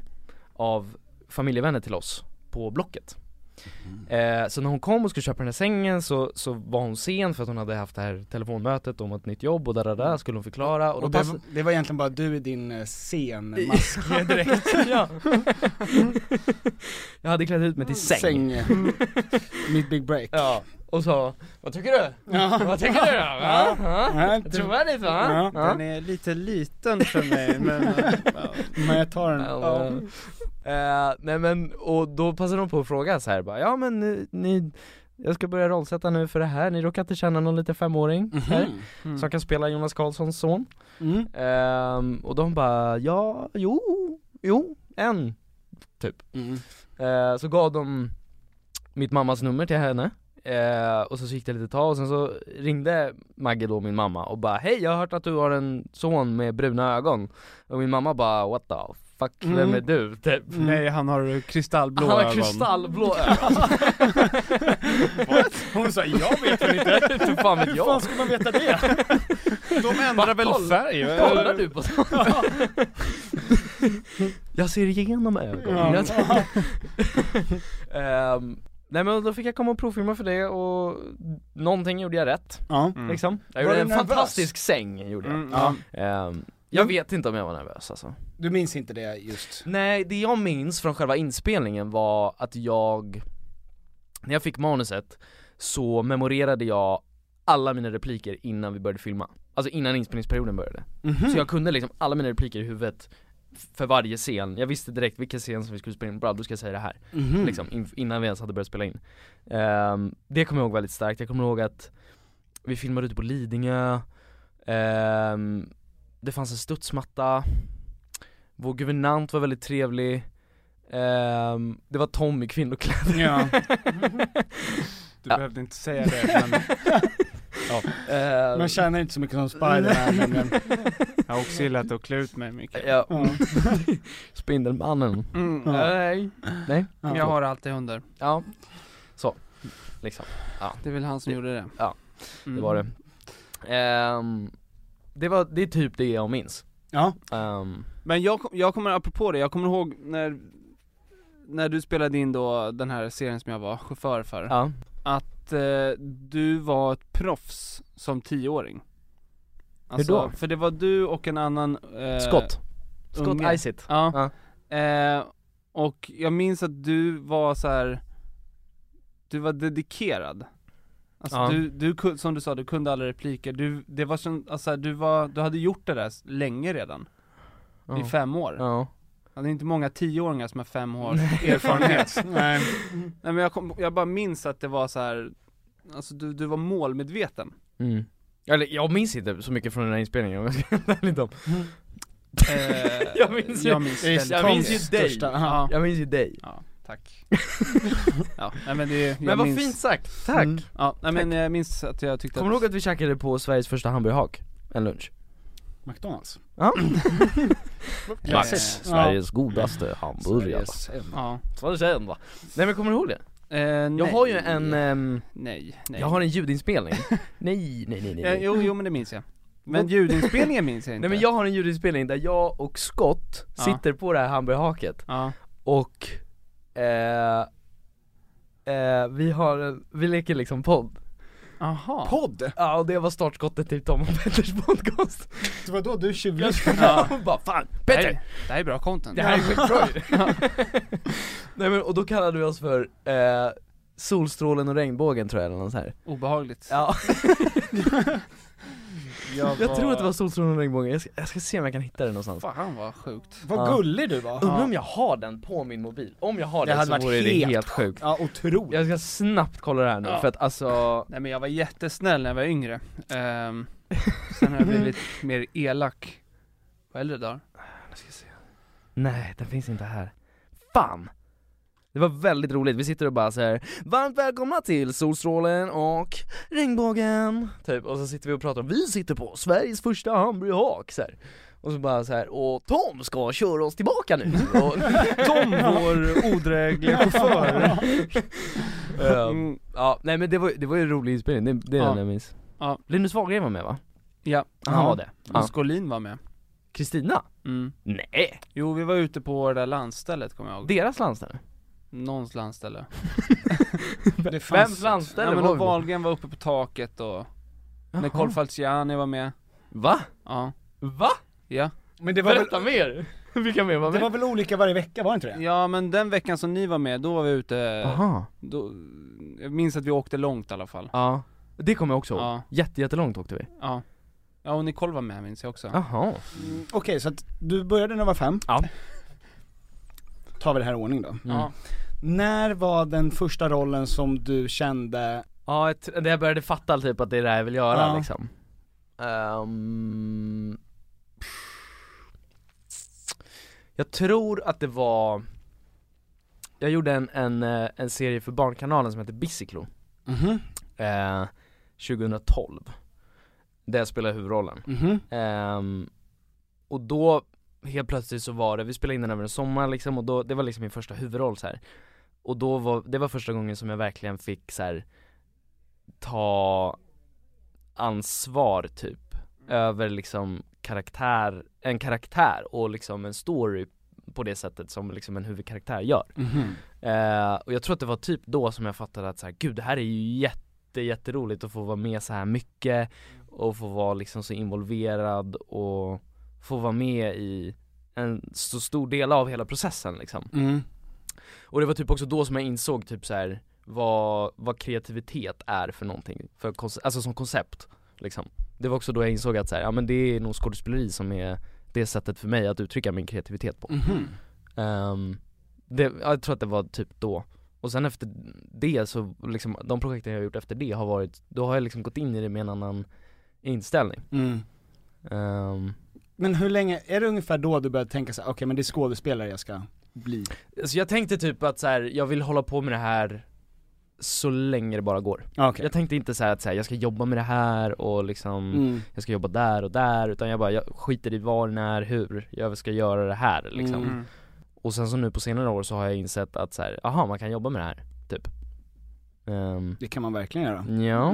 av familjevänner till oss på Blocket
Mhm.
Eh, så när hon kom och skulle köpa den här sängen så, så var hon sen för att hon hade haft det här telefonmötet om ett nytt jobb och där, där, där skulle hon förklara och
Och,
då
det,
passade...
det var egentligen bara du i din eh, scenmask.
direkt, ja. Jag hade klätt ut mig till (laughs) säng. (laughs)
Mitt big break.
Ja, och sa Vad tycker du?
Ja.
Vad tycker du då? Va? Ja.
Ja,
Trovärdigt va?
Ja.
Ja. (laughs)
(laughs)
Den är lite liten för mig men... ja.
Men jag tar den.
Ja. Eh, nej men, och då passade de på att fråga så här bara, ja men ni, ni jag ska börja rollsätta nu för det här, ni råkar inte känna någon liten femåring här
Mm-hmm.
Mhm.
som kan spela Jonas Karlssons son?
Mm.
Ehm, och de bara, ja, jo, jo, en, typ. Eh, så gav de mitt mammas nummer till henne eh, och så gick det lite tag och sen så ringde Maggie då min mamma och bara, hej jag har hört att du har en son med bruna ögon. Och min mamma bara, what the fuck, vem
Mm.
är du? Typ.
Nej, han har kristallblå
Han har (laughs)
ögon. (laughs)
kristallblå ögon.
What? Hon sa, jag vet väl inte.
Hur fan vet jag?
Hur fan ska man veta det?
De
Bara
ändrar väl
koll-
färg? eller?
Kollar du på sånt? (laughs) jag ser igenom ögon.
Ja.
Jag (laughs) Ehm, nej men då fick jag komma och provfilma för det och någonting gjorde jag rätt.
Ja.
Mm.
Liksom. Jag
Var
gjorde
du
en
nervös?
fantastisk säng gjorde jag.
Mm, ja.
Ehm, jag vet inte om jag var nervös alltså.
Du minns inte det just?
Nej, det jag minns från själva inspelningen var att jag, när jag fick manuset så memorerade jag alla mina repliker innan vi började filma. Alltså innan inspelningsperioden började.
Mhm.
Mm.
Så jag kunde liksom alla mina repliker i huvudet f- för varje scen. Jag visste direkt vilken scen som vi skulle spela in, bra då ska jag säga det här.
Mhm.
Mm.
Liksom, inf- innan vi ens hade börjat spela in. Ehm, det kommer jag ihåg väldigt starkt, jag kommer ihåg att vi filmade ute på Lidingö, Ehm, det fanns en studsmatta, vår guvernant var väldigt trevlig, Ehm, det var Tom i
(laughs)
kvinnokläder.
Ja. Du behövde inte
(laughs)
säga det men... Ja.
Ehm,
Man tjänar inte så mycket som Spiderman nämligen.
(laughs)
Jag har också gillat att klä ut mig mycket.
Ja.
Ja.
(laughs) Spindelmannen.
Mm.
Ja.
Nej. Nej.
Jag har alltid hundar.
Ja. Så. Liksom. Ja.
Det är väl han som gjorde det.
Ja.
Mm.
Det var det. Ehm, det var, det är typ det jag minns.
Ja.
Ehm,
Men jag, kom- jag kommer, apropå det, jag kommer ihåg när, när du spelade in då den här serien som jag var chaufför för.
ja.
Att eh, du var ett proffs som tioåring. Alltså,
då?
För det var du och en annan... Eh,
Scott. Scott
unge.
Isitt.
Ja. Eh, och jag minns att du var så här. du var dedikerad. Alltså
Ja.
du, du, kun- som du sa, du kunde alla repliker, du, det var som, alltså du var, du hade gjort det där s- länge redan. I
Ja.
fem år.
Ja.
Ja, det är inte många tioåringar som har fem års erfarenhet.
Nej.
Nej men jag, kom, jag bara minns att det var så här. alltså du, du
(laughs)
var målmedveten.
Mm. Eller jag minns inte så mycket från den här inspelningen om jag ska vara ärlig Tom.
Eh,
Jag minns ju-
jag minns,
Det är
väldigt-
Jag
Toms
minns ju dig.
största- ja.
Ja,
Jag minns ju dig.
ja, tack.
(laughs)
ja, nej, men det, jag
Men vad
minns,
fint sagt, tack!
Mm.
Ja, nej, men jag minns att jag tyckte
Kommer
att
du ihåg att vi käkade på Sveriges första hamburgerhak? En lunch?
McDonalds.
Ja.
Max.
Sveriges godaste hamburgare.
Sveriges en.
Ja,
Vad du säger va? Nej men kommer du ihåg det?
eh,
Jag har ju en, ehm,
Nej, nej
jag har en ljudinspelning Nej, nej nej nej,
Eh,
nej.
Jo, jo men det minns jag Men ljudinspelningen minns jag
(laughs)
inte
Nej men jag har en ljudinspelning där jag och Scott
Ja.
sitter på det här hamburgerhaket
Ja,
och eh, eh, vi har en, vi leker liksom podd
aha
Podd?
Ja och det var startskottet till Tom och Petters podcast
Det var då du tjuvlyssnade?
ja.
Och bara fan,
Det, här,
Petter!
är- det här är bra content
Det här är skitbra ju. Nej men och då kallade vi oss för eh, Solstrålen och regnbågen tror jag eller något så här.
(laughs) Obehagligt
Ja,
jag,
jag tror att det var Solstrålen och regnbågen, jag ska, jag ska se om jag kan hitta den någonstans
(laughs) Fan vad sjukt
Ja.
Vad gullig du var.
Undrar om jag har den på min mobil, om jag har
Det
den
hade
så
varit
vore det
helt
helt sjukt
Ja, otroligt.
Jag ska snabbt kolla det här nu
Ja.
för att alltså,
Nej men jag var jättesnäll när jag var yngre Ehm, Sen har
(laughs)
jag blivit mer elak på äldre dagar
jag ska se. nej den finns inte här Fan! Det var väldigt roligt, vi sitter och bara så här. varmt välkomna till Solstrålen och regnbågen Typ, och så sitter vi och pratar, vi sitter på Sveriges första hamburgerhak så här. Och så bara så här. och Tom ska köra oss tillbaka (laughs) nu och,
Tom, vår odrägliga chaufför
Ehm, Ja, nej men det var, det var ju en rolig inspelning, det, det är
Ja.
den jag minns
Ja.
Linus Wahlgren var med va?
Ja,
Han var det? Ja.
och Skolin var med
Kristina?
mm.
Nej!
Jo vi var ute på det där landstället kommer jag ihåg
Deras landställe?
Någons landställe
det
Vems
fanns...
landställe
Ja men
var
då
vi på?
Wahlgren var uppe på taket och Nicole
Jaha.
Falciani var med
Va?
Ja,
Va?
ja
Men det var, väl,
Berätta mer! (laughs) Vilka mer var
det
med?
var väl olika varje vecka, var det inte det?
Ja men den veckan som ni var med, då var vi ute,
Aha.
då, jag minns att vi åkte långt i alla fall
Ja, det kommer jag också ihåg.
Ja.
Jätte, jättelångt åkte vi.
Ja Ja och Nicole var med minns jag också
Jaha.
Okej, så att du började när du var fem?
Ja.
tar vi det här i ordning då.
Mm.
Ja.
När var den första rollen som du kände,
Ja, jag tr- när jag började fatta typ att det är det här jag vill göra
Ja.
liksom Ehm, Jag tror att det var Jag gjorde en, en, eh, en serie för Barnkanalen som heter Bicyclo
Mm-hmm.
Mhm.
Eh, 2012 Där jag spelade huvudrollen
Mm-hmm.
Mhm.
Ehm, Och då helt plötsligt så var det, vi spelade in den över en sommar liksom och då, det var liksom min första huvudroll så här. Och då var, det var första gången som jag verkligen fick så här ta ansvar typ över liksom karaktär, en karaktär och liksom en story på det sättet som liksom en huvudkaraktär gör.
Mm-hmm.
Mhm.
Eh, och jag tror att det var typ då som jag fattade att så här, gud det här är ju jätte, jätteroligt att få vara med så här mycket och få vara liksom så involverad och få vara med i en så stor del av hela processen liksom.
Mm.
Och det var typ också då som jag insåg typ så här vad, vad kreativitet är för någonting, för konce- alltså som koncept liksom. Det var också då jag insåg att så här, ja men det är nog skådespeleri som är det sättet för mig att uttrycka min kreativitet på.
Mm-hmm.
Mhm.
Ehm, det, ja, jag tror att det var typ då. Och sen efter det så, liksom, de projekten jag har gjort efter det har varit, då har jag liksom gått in i det med en annan inställning.
Mm.
Ehm,
men hur länge, är det ungefär då du började tänka så här, okej men det är skådespelare jag ska bli?
så jag tänkte typ att så här, jag vill hålla på med det här så länge det bara går.
Okej.
Jag tänkte inte så här att så här, jag ska jobba med det här och liksom,
Mm.
jag ska jobba där och där, utan jag bara, jag skiter i var, när, hur, jag ska göra det här liksom.
Mm.
Och sen så nu på senare år så har jag insett att så här, aha man kan jobba med det här, typ. Ehm,
Det kan man verkligen göra.
ja.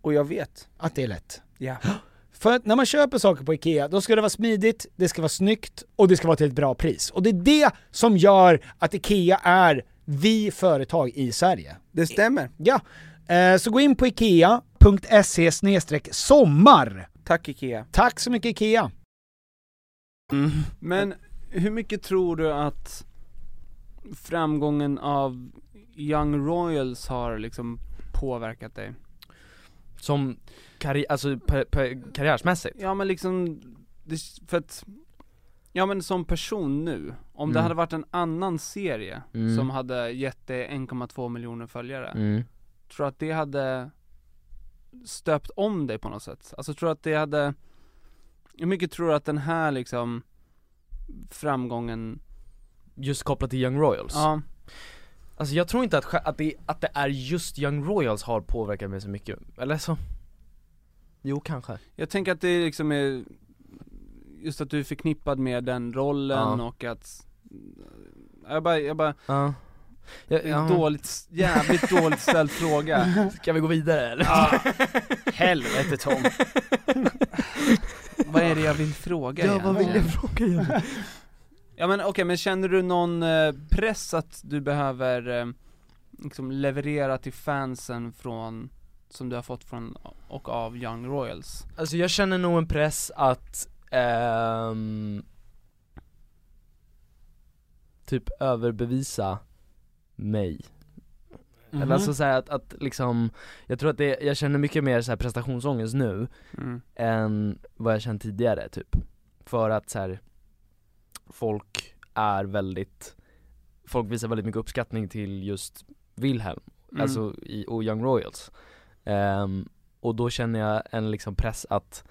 Och jag vet.
Att det är lätt.
Ja.
För att när man köper saker på IKEA, då ska det vara smidigt, det ska vara snyggt och det ska vara till ett bra pris. Och det är det som gör att IKEA är vi företag i Sverige.
Det stämmer.
Ja. Eh, Så gå in på IKEA.se sommar.
Tack IKEA.
Tack så mycket IKEA.
Men hur mycket tror du att framgången av Young Royals har liksom påverkat dig?
Som karri- alltså, per- per- karriärsmässigt?
Ja men liksom, det, för att Ja men som person nu, om det
Mm.
hade varit en annan serie
Mm.
som hade gett dig 1,2 miljoner följare
Mm.
Tror du att det hade stöpt om dig på något sätt? Alltså tror du att det hade Hur mycket tror du att den här liksom framgången
Just kopplat till Young Royals?
Ja.
Alltså jag tror inte att, skä- att, det, att det är just Young Royals har påverkat mig så mycket, eller så Jo kanske
Jag tänker att det liksom är Just att du är förknippad med den rollen
Ja.
och att Jag bara, jag bara
Ja
Det är en dåligt, jävligt dåligt
(laughs)
ställd fråga
Ska vi gå vidare eller? (laughs)
Ja. Helvete Tom Vad är det jag vill fråga
Ja, vad vill jag fråga igen?
Ja men okej, men känner du någon eh, press att du behöver eh, liksom leverera till fansen från, som du har fått från och av Young Royals?
Alltså jag känner nog en press att ehm, typ överbevisa mig
Mhm.
Eller alltså så här att, att liksom, jag tror att det, jag känner mycket mer så här prestationsångest nu
Mm.
än vad jag känt tidigare typ För att så här, folk är väldigt, folk visar väldigt mycket uppskattning till just Wilhelm,
Mm.
alltså i, och Young Royals Ehm, Och då känner jag en liksom press att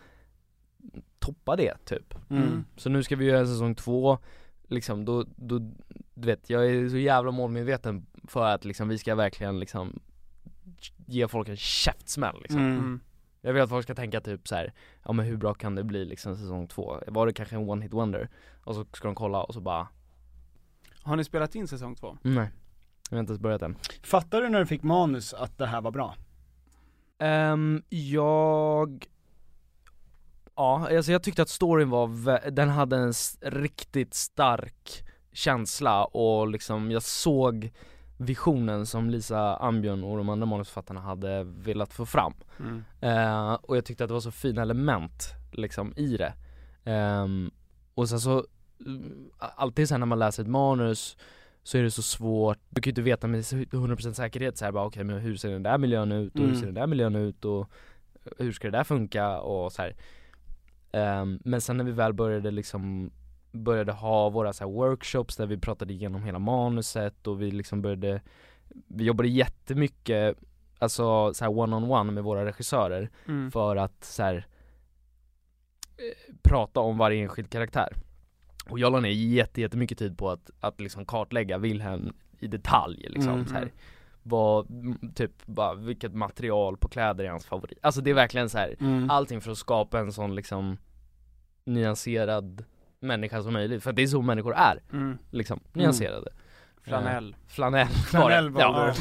toppa det typ
Mm.
Så nu ska vi göra säsong två, liksom då, då, du vet jag är så jävla målmedveten för att liksom vi ska verkligen liksom ge folk en käftsmäll liksom
Mm.
jag vill att folk ska tänka typ så här, ja men hur bra kan det bli liksom säsong två? Var det kanske en one hit wonder? Och så ska de kolla och så bara,
Har ni spelat in säsong två?
nej, jag har inte ens börjat än
Fattar du när du fick manus att det här var bra?
Ehm, jag Ja, alltså jag tyckte att storyn var, vä- den hade en s- riktigt stark känsla och liksom jag såg visionen som Lisa Ambjörn och de andra manusförfattarna hade velat få fram
Mm.
Eh, och jag tyckte att det var så fina element liksom i det. Ehm, och sen så, mm, alltid sen när man läser ett manus så är det så svårt, du kan ju inte veta med 100% säkerhet så här, bara okej men hur ser den där miljön ut och hur
Mm.
ser den där miljön ut och hur ska det där funka och så här. Ehm, men sen när vi väl började liksom började ha våra så här workshops där vi pratade igenom hela manuset och vi liksom började Vi jobbade jättemycket Alltså så här one-on-one med våra regissörer
Mm.
för att så här eh, prata om varje enskild karaktär. Och jag la ner jätte- jättemycket tid på att, att liksom kartlägga Wilhelm i detalj liksom
Mm.
så här. Vad, m, typ bara, vilket material på kläder är hans favorit. Alltså det är verkligen så här
Mm.
allting för att skapa en sån liksom nyanserad människa som möjligt. För att det är så människor är,
Mm.
liksom, nyanserade.
Flanell.
Eh, Flanell var det.
Flanell var
ja.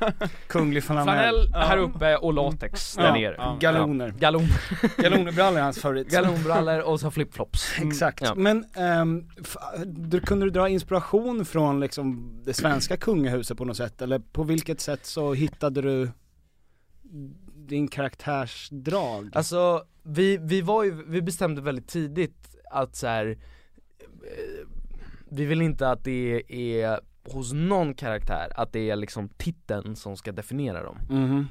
det.
Ja.
Kunglig flanell.
Flanell här uppe och latex där
Ja.
nere.
Ja. Galoner.
Ja. Galon.
Galonerbrallor är hans favorit.
Galonbrallor och så flipflops.
Exakt,
Mm, Ja.
men ehm, f- du, kunde du dra inspiration från liksom det svenska kungahuset på något sätt? Eller på vilket sätt så hittade du din karaktärsdrag?
Alltså, vi, vi var ju, vi bestämde väldigt tidigt att så här. eh, vi vill inte att det är hos någon karaktär, att det är liksom titeln som ska definiera dem.
Mhm.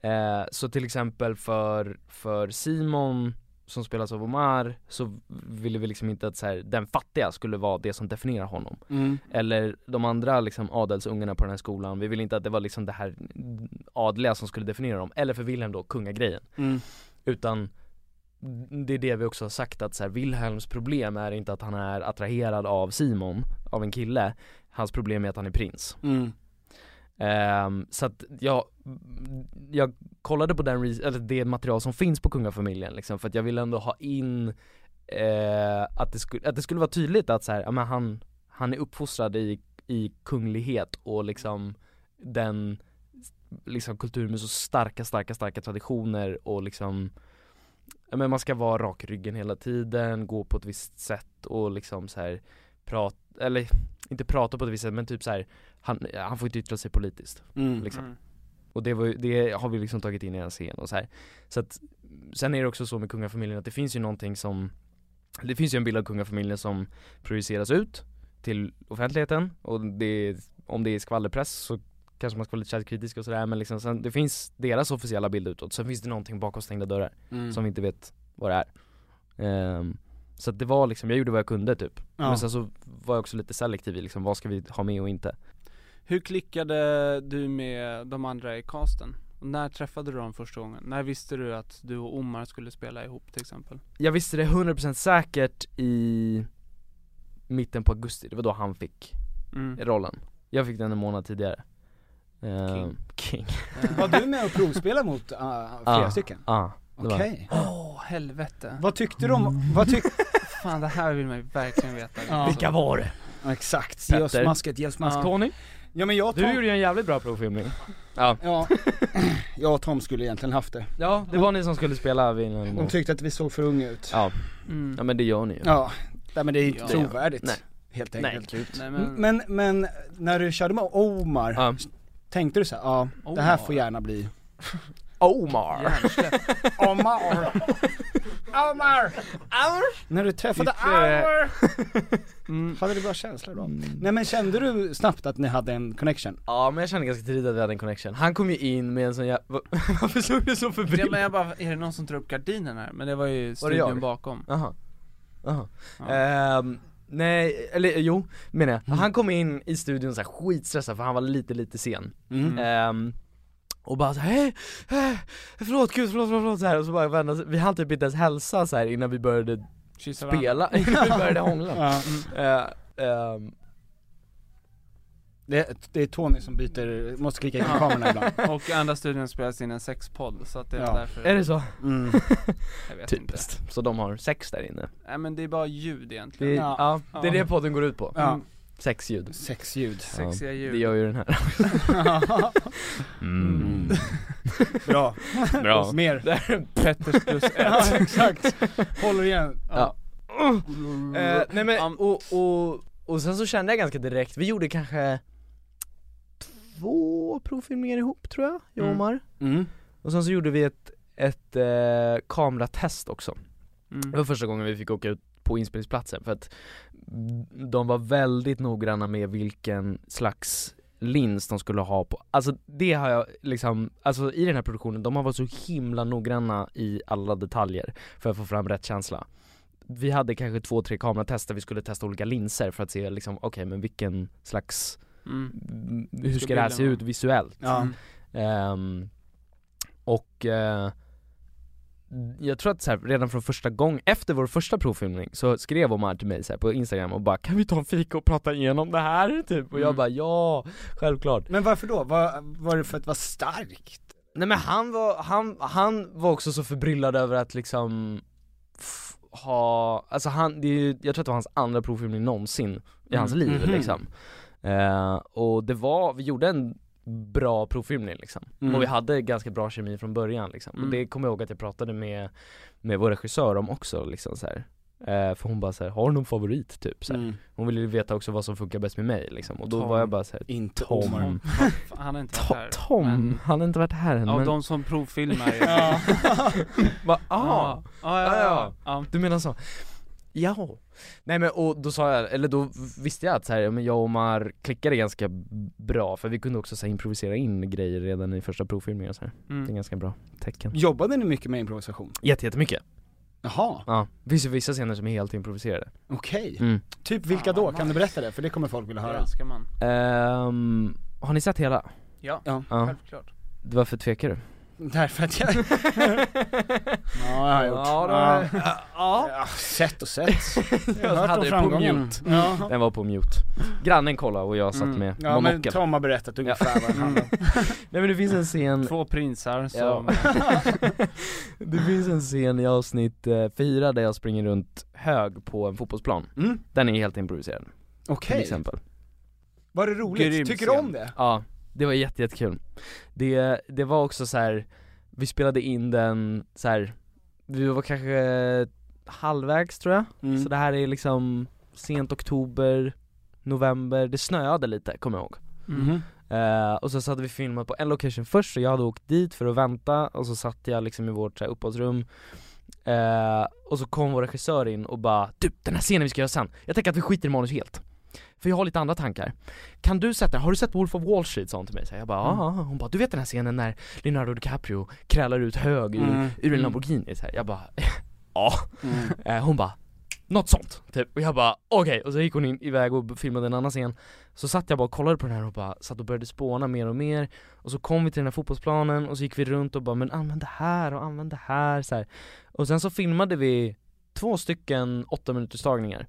Eh, så till exempel för, för Simon som spelas av Omar så ville vi liksom inte att så här, den fattiga skulle vara det som definierar honom.
Mm.
Eller de andra liksom adelsungarna på den här skolan, vi ville inte att det var liksom det här adliga som skulle definiera dem. Eller för Wilhelm då, kungagrejen.
Mm.
Utan det är det vi också har sagt att så här, Wilhelms problem är inte att han är attraherad av Simon, av en kille. Hans problem är att han är prins.
Mm.
Ehm, så att jag, jag kollade på den, re- eller det material som finns på kungafamiljen liksom, för att jag ville ändå ha in eh, att, det skulle, att det skulle vara tydligt att så här, ja, men han, han är uppfostrad i, i kunglighet och liksom den liksom kultur med så starka, starka, starka traditioner och liksom ja, men man ska vara rak i ryggen hela tiden, gå på ett visst sätt och liksom så här prata, eller inte prata på ett visst sätt men typ så här han, han får inte yttra sig politiskt
Mm.
liksom.
Mm.
Och det, var, ju- det har vi liksom tagit in i en scen och så här. Så att, sen är det också så med kungafamiljen att det finns ju någonting som Det finns ju en bild av kungafamiljen som projiceras ut till offentligheten och det, om det är skvallerpress så kanske man ska vara lite källkritisk och sådär men liksom sen, det finns deras Mm.
Mm.
officiella bild utåt, sen finns det någonting bakom stängda dörrar
Mm.
som vi inte vet vad det är. Ehm, Så att det var liksom, jag gjorde vad jag kunde typ
Ja.
Men sen så var jag också lite selektiv i liksom, vad ska vi ha med och inte?
Hur klickade du med de andra i casten? Och när träffade du dem första gången? När visste du att du och Omar skulle spela ihop till exempel?
Jag visste det 100% säkert i mitten på augusti, det var då han fick
Mm.
rollen Jag fick den en månad tidigare King, King.
Var du med och provspelade mot uh, flera
Ja,
stycken?
Ja, det var jag.
Okej.
Åh helvete
Vad tyckte du om, vad tyckte
Fan det här vill man ju verkligen veta Alltså.
Ja. Vilka var det? Ja, exakt, ge oss
Petter.
masket, ge oss masket.
Tony?
Ja men jag och
Du
Tom,
gjorde ju en jävligt bra provfilmning Ja,
ja. (clears throat) jag och Tom skulle egentligen haft det.
ja det var ni som skulle spela vinnaren
De tyckte att vi såg för unga ut.
Ja,
Mm.
ja men det gör ni ju
Ja, nej, men det är inte
Ja.
trovärdigt.
Nej.
Helt
Nej.
enkelt.
Nej, men-
men... Men, när du körde med Omar, tänkte du så här, ja det här får gärna bli
Omar!
Omar! Omar! eh, När du träffade
(laughs)
Omar!
Mm.
Hade du bra känslor då? Nej men kände du snabbt att ni hade en connection?
Ja men jag kände ganska tidigt att vi hade en connection, han kom ju in med en sån jävla, (laughs) varför såg du så förbi?
Ja men jag bara, är det någon som drar upp gardinen här? Men det var ju
Var det jag?
studion bakom
Jaha, jaha
Ja.
Ehm, nej, eller jo, menar jag. Han kom in i studion så här skitstressad för han var lite, lite sen
Mm.
Ehm, Och bara såhär, hej, hej, förlåt gud, förlåt, förlåt, förlåt så här. och så bara vända sig- vi hann typ inte ens hälsa så här innan vi började
Kyssa
spela, innan vi började
(laughs)
hångla
Ja.
Eh, ehm,
Det, det är Tony som byter, måste klicka in i kamerorna ibland.
Och i andra studion spelas in en sexpodd så att det är
Ja.
därför
(laughs) Är det så?
(laughs) Mm.
Jag vet inte
Typiskt, så de har sex där inne
Nej men det är bara ljud
det,
egentligen
ja. det är det podden går ut på
Ja.
Sexljud
(laughs) Sexljud.
Sexiga ljud.
Det gör ju den här (laughs) mm.
Bra.
Bra.
Mer.
Det här är
Petters plus
Ja
(laughs)
ett
exakt. Håller igen.
Ja. Eh, nej men, och, och, och sen så kände jag ganska direkt, vi gjorde kanske två provfilmningar ihop tror jag, jag och
Mm.
Omar
Mm.
Och sen så gjorde vi ett, ett eh, kameratest också Det
mm.
var första gången vi fick åka ut på inspelningsplatsen för att de var väldigt noggranna med vilken slags lins de skulle ha på, alltså det har jag liksom, alltså i den här produktionen, de har varit så himla noggranna i alla detaljer för att få fram rätt känsla. Vi hade kanske två, tre kameratester, vi skulle testa olika linser för att se liksom, okej men vilken slags,
Mm.
hur ska det här se
bilden
ut visuellt?
Ja.
Ehm, och eh, jag tror att så här, redan från första gången, efter vår första provfilmning så skrev Omar till mig så här, på instagram och bara 'Kan vi ta en fika och prata igenom det här?' typ och jag
Mm.
bara 'Ja, självklart'
Men varför då? Var, var det för att vara stark?
Nej men han var, han, han var också så förbryllad över att liksom f- ha, alltså han, det är ju, jag tror att det var hans andra provfilmning någonsin i hans
Mm.
liv
Mhm.
liksom eh, Och det var, vi gjorde en bra provfilmning liksom,
Mm.
och vi hade ganska bra kemi från början liksom
Mm.
Och det kommer jag ihåg att jag pratade med, med vår regissör om också liksom så här. Eh, för hon bara så här, har du någon favorit typ? Så här.
Mm.
Hon ville ju veta också vad som funkar bäst med mig liksom, och då
Tom.
var jag bara så här,
Inte Omar.
Tom,
Mm. Han
(laughs)
har inte
Tom,
varit här
Tom,
men-
han har inte varit här än
Av
men
de som provfilmar ju
Ja.
Va, ah,
Ja, ja, ja, ja. ja.
du menar så? Ja. Nej men och då sa jag, eller då visste jag att så här, ja, men jag och Omar klickade ganska bra för vi kunde också så här, improvisera in grejer redan i första provfilmningen och så här. Det är
Mm.
ganska bra tecken.
Jobbade ni mycket med improvisation?
Jätte, jättemycket.
Jaha,
Ja, det finns ju vissa scener som är helt improviserade.
okej.
Mm.
Typ vilka
Fan,
då?
vad
Kan du berätta det? För det kommer folk vilja
Det
höra.
älskar man
Ehm, har ni sett hela?
Ja,
Ja.
Ja.
självklart
Varför tvekar du?
Därför att jag... ja, jag har gjort.
Ja, det
ja.
var- ja.
Ja, sett och sett. (laughs) Jag
Jag
har hört
hade
om
det på
framgången.
mute.
Ja.
Den var på mute. Grannen kollade och jag satt
Mm.
med
(laughs) Ja men
monokel.
Tom har berättat ungefär vad det handlar om.
Nej men det finns en scen
Två prinsar som
Ja. (laughs) det finns en scen i avsnitt eh, fyra där jag springer runt hög på en fotbollsplan.
(laughs) Mm.
Den är helt improviserad till
Okej,
exempel.
var det roligt?
Grym
Tycker du
scen.
om det?
Ja, det var jätte, jättekul. Det, det var också så här. vi spelade in den så här. vi var kanske halvvägs tror jag.
Mm.
Så det här är liksom sent oktober, november, det snöade lite kommer jag ihåg.
Mm.
Mhm.
Eh, och så hade vi filmat på en location först, så jag hade åkt dit för att vänta och så satt jag liksom i vårt så här, uppehållsrum Eh, Och så kom vår regissör in och bara Du, den här scenen vi ska göra sen, jag tänker att vi skiter i manus helt För jag har lite andra tankar Kan du sätta den, har du sett Wolf of Wall Street sa hon till mig så här, Jag bara ja, ja." hon bara du vet den här scenen när Leonardo DiCaprio krälar ut hög ur,
Mm.
ur en (laughs)
Mm.
Mm.
Lamborghini så här. Jag bara ja Eh, Hon bara något sånt typ, och jag bara okej, och så gick hon in, iväg och filmade en annan scen Så satt jag bara och kollade på den här och bara satt och började spåna mer och mer Och så kom vi till den här fotbollsplanen och så gick vi runt och bara men använd det här och använd det här så här. Och sen så filmade vi två stycken åtta minuters tagningar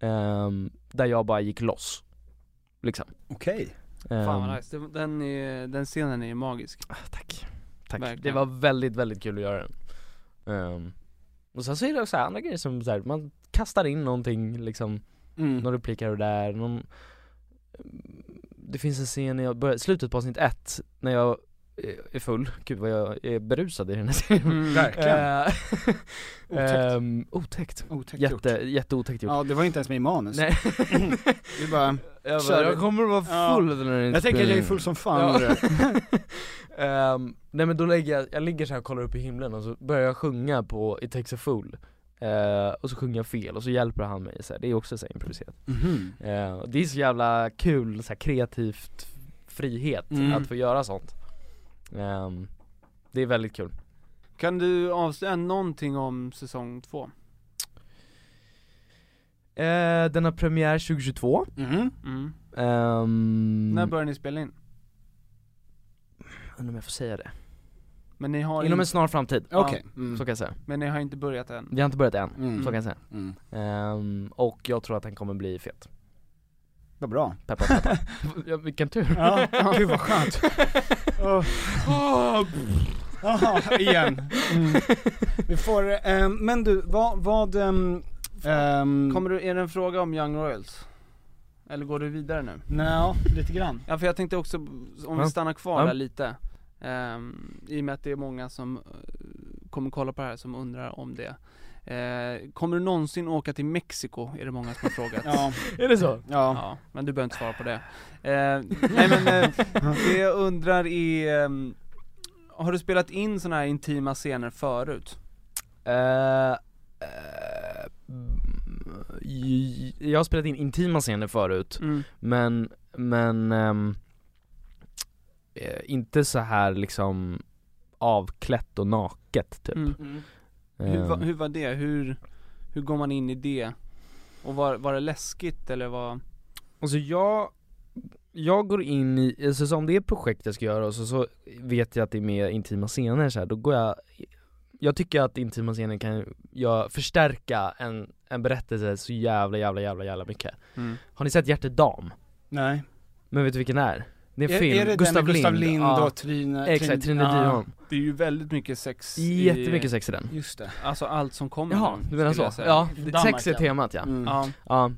Ehm, Där jag bara gick loss Liksom
Okej
Fan
Ehm,
vad nice, Det- den, är, den scenen är ju magisk
Ah, Tack Tack, det var väldigt, väldigt kul att göra den Ehm, Och sen så är det också andra grejer som så här, man kastar in någonting liksom
Mm.
Några repliker här och där, någon mm, Det finns en scen när jag börjar, slutet på avsnitt ett, när jag är- är full, gud vad jag är berusad i den här serien
Mm, verkligen.
Eh,
Otäckt.
ehm, Otäckt
Otäckt gjort.
Jätte, jätteotäckt gjort
Ja, det var inte ens med i manus.
Nej. (laughs)
Du bara,
jag, bara,
körde.
jag kommer att vara full
Ja.
under den här
Jag tänker att jag är full som fan.
Ja.
(laughs)
Ehm, nej men då lägger jag, jag ligger så här och kollar upp i himlen och så börjar jag sjunga på It takes a fool Eh, Och så sjunger jag fel och så hjälper han mig så här. det är också så här improviserat
Mhm.
Eh, och Det är så jävla kul, så här kreativt frihet
Mm.
att få göra sånt Ehm, Det är väldigt kul
Kan du avslöja någonting om säsong två?
Eh, Den har premiär 2022
Mm-hmm.
Mm.
Ehm,
När börjar ni spela in?
Undrar om jag får säga det
Men ni har
Inom
in-
en snar framtid,
Ja. Okej.
så kan jag säga
Men ni har inte börjat än?
Vi har inte börjat än,
Mm.
så kan jag säga
Mm.
Ehm, Och jag tror att den kommer bli fet
Vad bra.
Peppar
(laughs)
peppar ja, Vilken tur
Ja, gud
(laughs)
vad skönt. Åh. Jaha, igen. Mm. Vi får, ehm, men du, vad, vad, ehm, ehm,
Kommer du, är det en fråga om Young Royals? Eller går du vidare nu?
Nja, lite grann.
Ja för jag tänkte också, om
Ja.
vi stannar kvar
Ja.
där lite ehm, I och med att det är många som eh, kommer kolla på det här som undrar om det Eh, Kommer du någonsin åka till Mexiko? Är det många som har frågat
(laughs) Ja.
Är det så?
Ja, men du behöver inte svara på det eh, Nej men, eh,
(laughs)
det jag undrar är ehm, Har du spelat in sådana här intima scener förut?
Eh, J- eh, Jag har spelat in intima scener förut,
Mm.
men, men ehm, eh, inte så här liksom avklätt och naket typ
Mm. Hur, va,
Ehm,
hur var det? Hur, hur går man in i det? Och var, var det läskigt eller var...
Alltså jag, jag går in i, alltså så om det är projekt jag ska göra och så, så vet jag att det är mer intima scener så här, då går jag Jag tycker att intima scener kan jag förstärka en, en berättelse så jävla jävla jävla jävla mycket
Mm.
Har ni sett Hjärtat dam?
Nej.
Men vet du vilken det är? Det är en
Är-
film,
är det den
Gustav,
med Gustav
Lind,
Lind
ja.
och Trine- Trin-
Exakt, Trine
ja.
Dyrholm
Det är ju väldigt mycket sex i-
Jättemycket sex i den
Just det.
Alltså allt som kommer
Jaha,
nu,
du menar
skulle jag
så?
säga.
Ja,
Danmark,
sex är
ja.
temat ja
Mm. Ja.
ja.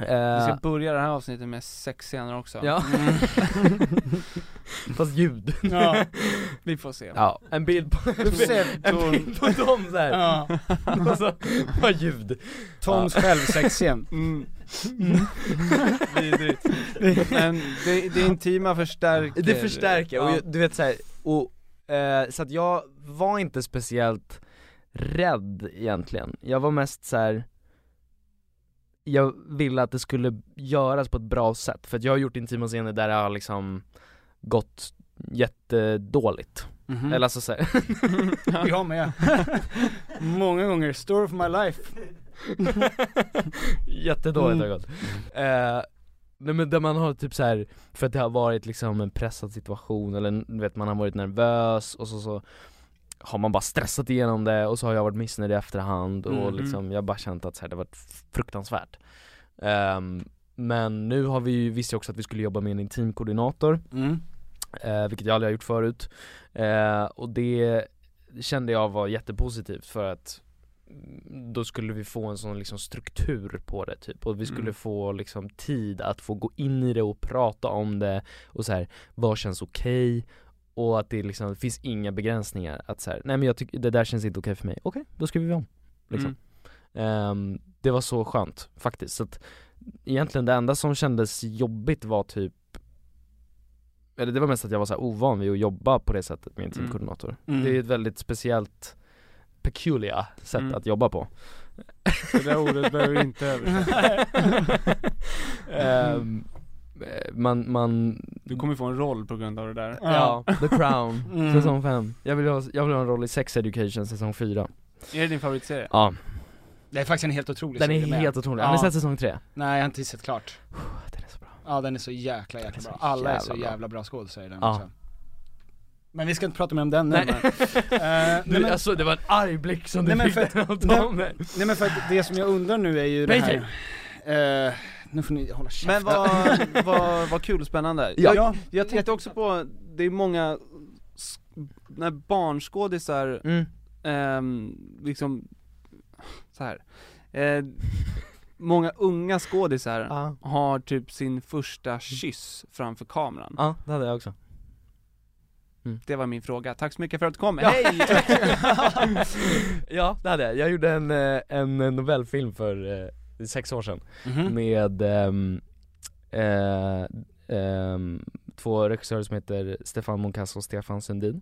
Vi
Eh,
ska börja det här avsnittet med sex scener också
Ja liksom. (laughs) Fast ljud
(laughs) Ja. Vi får se. (laughs)
Ja, en bild på,
Vi får se.
en bild på dem såhär
Ja.
Och så, bara
(laughs)
ljud
Toms självsexscen.
Mm. (laughs) Vidrigt. Men det, det intima förstärker
Det förstärker, och
Ja.
jag- du vet såhär, och eh, så att jag var inte speciellt rädd egentligen Jag var mest så här. jag ville att det skulle göras på ett bra sätt, för att jag har gjort intima scener där det har liksom gått jättedåligt
Mhm.
Eller alltså såhär
(laughs)
(laughs)
Jag med. Många gånger, story of my life.
(laughs) Jättedåligt har
Mm.
det gått. Eh, nej men där man har typ så här för att det har varit liksom en pressad situation eller du vet man har varit nervös och så, så har man bara stressat igenom det och så har jag varit missnöjd i efterhand och
Mm.
liksom jag har bara känt att så här, det har varit fruktansvärt. Ehm, men nu har vi ju, visste jag också att vi skulle jobba med en intim koordinator
Mm.
eh, Vilket jag aldrig har gjort förut eh, Och det kände jag var jättepositivt för att mm, då skulle vi få en sån liksom struktur på det typ och vi skulle
Mm.
få liksom tid att få gå in i det och prata om det och så här, vad känns okej och att det liksom, det finns inga begränsningar att så här, nej men jag tycker det där känns inte okej för mig, okej då skriver vi om liksom.
Mm.
Ehm, Det var så skönt faktiskt, så att egentligen det enda som kändes jobbigt var typ eller det var mest att jag var så här ovan vid att jobba på det sättet med intimkoordinator
Mm.
Det är ju ett väldigt speciellt peculiar sätt
Mm.
att jobba på
Det där ordet behöver vi inte
(laughs)
översätta.
(laughs) Ehm, eh, Man, man
Du kommer få en roll på grund av det där
Ja, The
(laughs)
Crown,
Mm.
säsong 5 jag vill, ha, jag vill ha en roll i Sex Education säsong 4
Är det din favoritserie?
Ja
Det är faktiskt en helt otrolig
Den är
serie med.
helt otrolig. Har ni sett säsong tre?
Nej jag har inte sett klart. Den är så bra. Ja den är så jäkla jäkla bra. Alla är så jävla bra skådisar i den
Ja.
också. Men vi ska inte prata mer om den nu
Nej.
men. Eh,
Du, jag såg- det var en arg blick som du
nej, men
fick
för,
där av
nej,
Tom.
(laughs) nej men för att det som jag undrar nu är ju det
PJ.
här. eh, nu får ni hålla käften.
Men
(laughs)
vad, vad, vad kul och spännande.
(laughs) Ja.
Jag, jag tänkte också på, det är många, s- när barnskådisar,
Mm.
ehm, liksom, så här. Eh, många unga skådisar
Ja.
har typ sin första kyss framför kameran.
Ja, det hade jag också.
Det var min fråga, tack så mycket för att du kom,
(laughs) Ja.
hej!
(laughs) ja, det hade jag. Jag gjorde en, eh, en novellfilm för eh, sex år sedan
Mhm.
med ehm, eh, ehm, två regissörer som heter Stefan Moncasso och Stefan Sundin.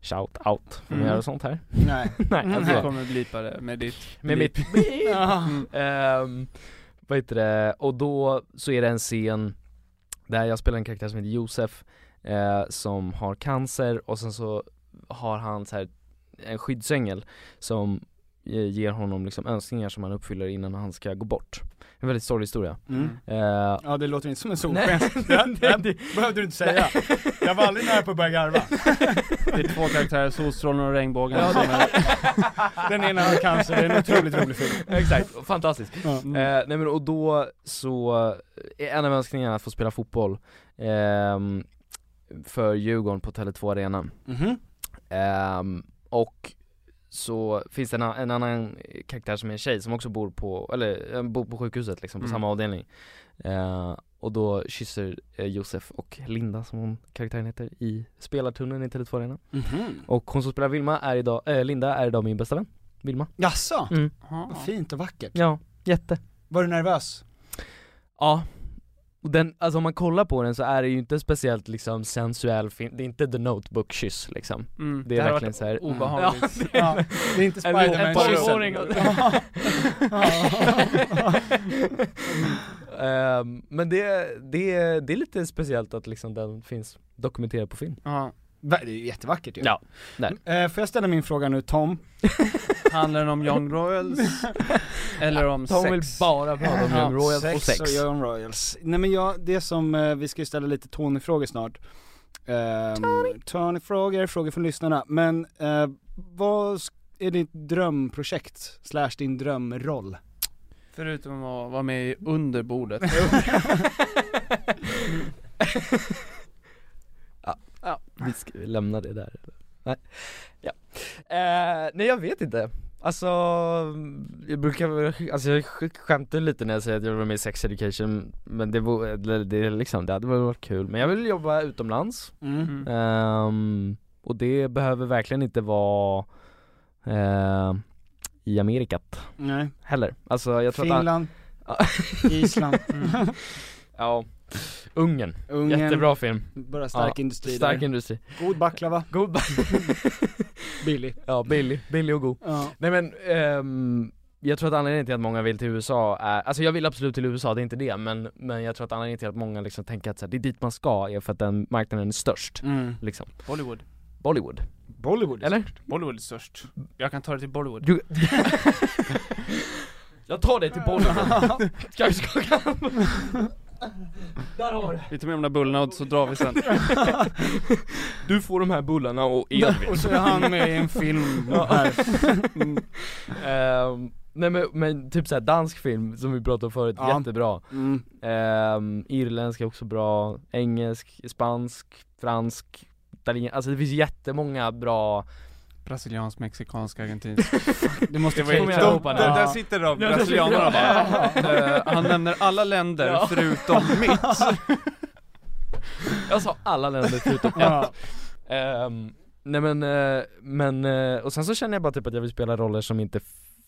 Shout out, får man
Mm.
göra sånt här? (laughs)
Nej.
Nej,
Mm.
alltså.
Jag kommer blipa det med ditt Mm.
Med mitt
blip.
(laughs) Ja. Ehm, Vad heter det, och då så är det en scen där jag spelar en karaktär som heter Josef eh, som har cancer och sen så har han så här en skyddsängel som eh, ger honom liksom önskningar som han uppfyller innan han ska gå bort. En väldigt sorglig historia.
Mm.
Eh,
Ja det låter inte som en
Nej.
(laughs) solsken. Det, det, behövde du inte säga. Jag var aldrig nära på att börja garva.
Det är två karaktärer,
(laughs)
Solstrålen och Regnbågen
Ja,
som
det-
är-
(laughs) Den ena har cancer, det är en otroligt rolig film.
Exakt, fantastisk.
Ja. Mm.
Eh, nej men och då så, är en av önskningarna att få spela fotboll ehm, för Djurgården på Tele2 Arena.
Mhm.
Ehm, och så finns det en, a- en annan karaktär som är en tjej som också bor på, eller eh, bor på sjukhuset liksom, på
Mm.
samma avdelning. Eh, och då kysser eh, Josef och Linda som hon, karaktären heter, i spelartunneln i Tele2 Arena.
Mhm.
Och hon som spelar Vilma är idag, eh, Linda är idag min bästa vän, Vilma.
Jaså?
Mm.
Vad fint och vackert.
Ja, jätte.
Var du nervös?
Ja och den, alltså om man kollar på den så är det ju inte speciellt liksom sensuell film, det är inte the notebook-kyss liksom
Mm,
Det
det
är
här har
verkligen
varit
såhär
(laughs) obehagligt.
det är-
Ja, (laughs) det är inte
Eller en
(laughs)
Spiderman-kyssen.
tolvåring och-
Ja.
Ehm, Men det, det, det är lite speciellt att liksom den finns dokumenterad på film
Ja.
(laughs) Va- Det är ju jättevackert ju.
Ja, där.
Eh, får jag ställa min fråga nu Tom?
Handlar den om Young Royals? Eller om
Tom
sex?
vill
(laughs)
bara prata om Young Royals
sex
och sex
och Young Royals. Nej men jag, det som, eh, vi ska ju ställa lite Tony-frågor snart. Ehm, Tony-frågor, frågor från lyssnarna. Men eh, vad sk- är ditt drömprojekt, slash din drömroll?
Förutom att vara med i Under (laughs) bordet
(laughs) ja. Vi ska vi lämna det där Nej, ja. Eh, nej jag vet inte Alltså, jag brukar, väl- alltså jag sk- skämtar lite när jag säger att jag vill vara med i Sex Education Men det vore, eller det är liksom, det hade väl varit kul Men jag vill jobba utomlands
Mm.
Ehm, Och det behöver verkligen inte vara ehm, i Amerikat
Nej.
heller Alltså jag tror att
Finland, (laughs) Island,
Ja, Ungern,
Ungern.
jättebra film
Bara stark industri
Stark
där.
industri
god baklava.
God
Billy.
(laughs) Ja, billig, billig och god.
Ja.
Nej men, ehm, jag tror att anledningen till att många vill till USA är, alltså jag vill absolut till USA, det är inte det, men, men jag tror att anledningen till att många liksom tänker att så här, det är dit man ska, är för att den marknaden är störst.
Mm.
Liksom.
Bollywood
Bollywood.
Bollywood
Eller?
Bollywood är störst Jag kan ta det till Bollywood
Du... (laughs) jag tar dig till Bollywood. (laughs) Ska vi skaka hand? (laughs) Där har du.
Vi tar med de där bullarna och så drar vi sen (laughs)
(laughs) Du får de här bullarna
(laughs)
och Edvin. Mm.
Och så är han med i en film
(laughs)
här.
Ehm, nej men, men typ såhär dansk film som vi pratade om förut,
Ja.
jättebra.
Mm.
Ehm, irländsk är också bra, engelsk, spansk, fransk, italien, alltså det finns jättemånga
(laughs)
bra
Brasiliansk, mexikansk, argentinsk
Det måste
vara helt Europa nu.
Där sitter de,
Ja, det-
brasilianerna bara Eh, Han nämner alla länder
Ja.
(laughs) förutom mitt
Jag sa Alltså, alla länder förutom ett.
Ja.
Ehm, nej men, eh, men, eh, och sen så känner jag bara typ att jag vill spela roller som inte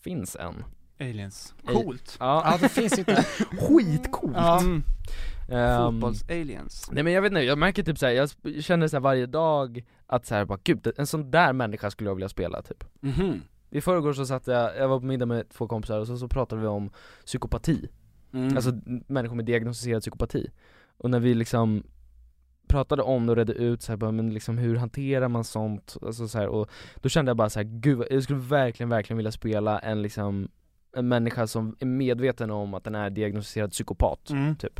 finns än.
Aliens, coolt!
Ja,
ja, det
(laughs)
finns inte.
skitcoolt!
Ja.
Mm.
Ehm,
Fotbolls-aliens
Nej men jag vet inte, jag märker typ såhär, jag sp- känner såhär varje dag att såhär bara gud, en sån där människa skulle jag vilja spela typ
Mhm.
I förrgår så satt jag, jag var på middag med två kompisar och så, så pratade vi om psykopati
Mm.
Alltså n- människor med diagnostiserad psykopati Och när vi liksom pratade om det och redde ut så här, bara, men liksom hur hanterar man sånt? Alltså så här, och då kände jag bara så här, gud vad- jag skulle verkligen, verkligen vilja spela en liksom en människa som är medveten om att den är diagnostiserad psykopat,
Mm.
typ.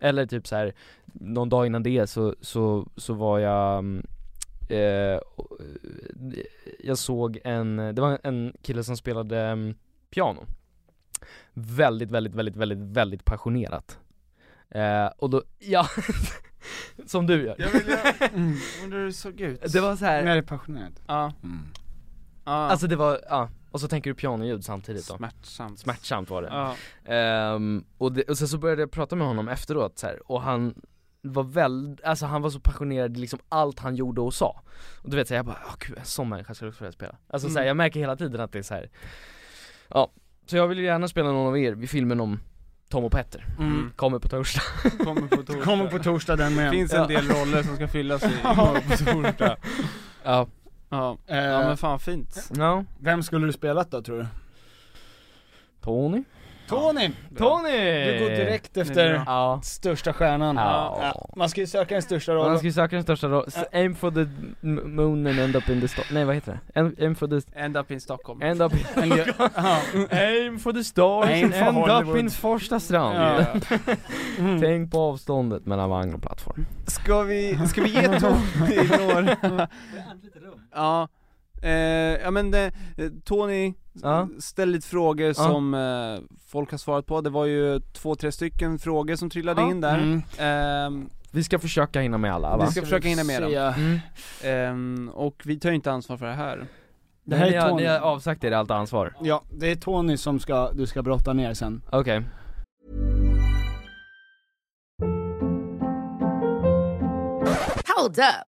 Eller typ så här, någon dag innan det så, så, så var jag mm, eh, och, eh, Jag såg en, det var en kille som spelade mm, piano Väldigt, väldigt, väldigt, väldigt, väldigt passionerat eh, Och då, (laughs) ja Som du gör
Jag vill jag, undrar hur det Mm. såg ut
(laughs) Det var så här-
När det är passionerat.
Ja
Alltså det var, ja, och så tänker du pianoljud samtidigt då
Smärtsamt
Smärtsamt var det
Ja.
Ehm, och, det, och sen så började jag prata med honom efteråt så här, och han var väl, alltså han var så passionerad i liksom allt han gjorde och sa Och du vet såhär, jag bara, åh gud en sån människa skulle jag också vilja spela Alltså så här,
Mm.
jag märker hela tiden att det är så här. Ja, så jag vill ju gärna spela någon av er vid filmen om Tom och Petter
Mm.
Kommer på torsdag
Kommer på torsdag
Kommer på torsdag den med.
Finns en del roller som ska fyllas (laughs) i imorgon på torsdag
(laughs) Ja
Ja,
Eh,
ja men fan fint
Ja
Vem skulle du spelat då tror du?
Tony?
Tony!
Tony!
Du går direkt
Det är
efter
bra. Ja.
största stjärnan.
Ja.
Man ska ju söka den största rollen.
Man ska ju söka den största rollen, S- aim for the m- moon and end up in the star, nej vad heter det? Aim, aim for the,
End up in Stockholm
end up in (laughs) Aim for the stars
Aim
and
for
end up
Hollywood.
in Farsta strand
Ja.
(laughs)
Mm.
Tänk på avståndet mellan vagn och plattform
Ska vi, ska vi (laughs) ge Tony några... Ja, eh, ja men det, eh, Tony
Ja.
ställ lite frågor som eh, folk har svarat på, det var ju två, tre stycken frågor som trillade
Ja.
in där
Mm.
Ehm,
Vi ska försöka hinna med alla va?
Vi ska försöka hinna med dem
Ja. Mm.
Ehm, Och vi tar ju inte ansvar för det här
Det här är ni, har, ni har avsagt er allt ansvar?
Ja, det är Tony som ska, du ska brotta ner sen.
Okej
Hold up.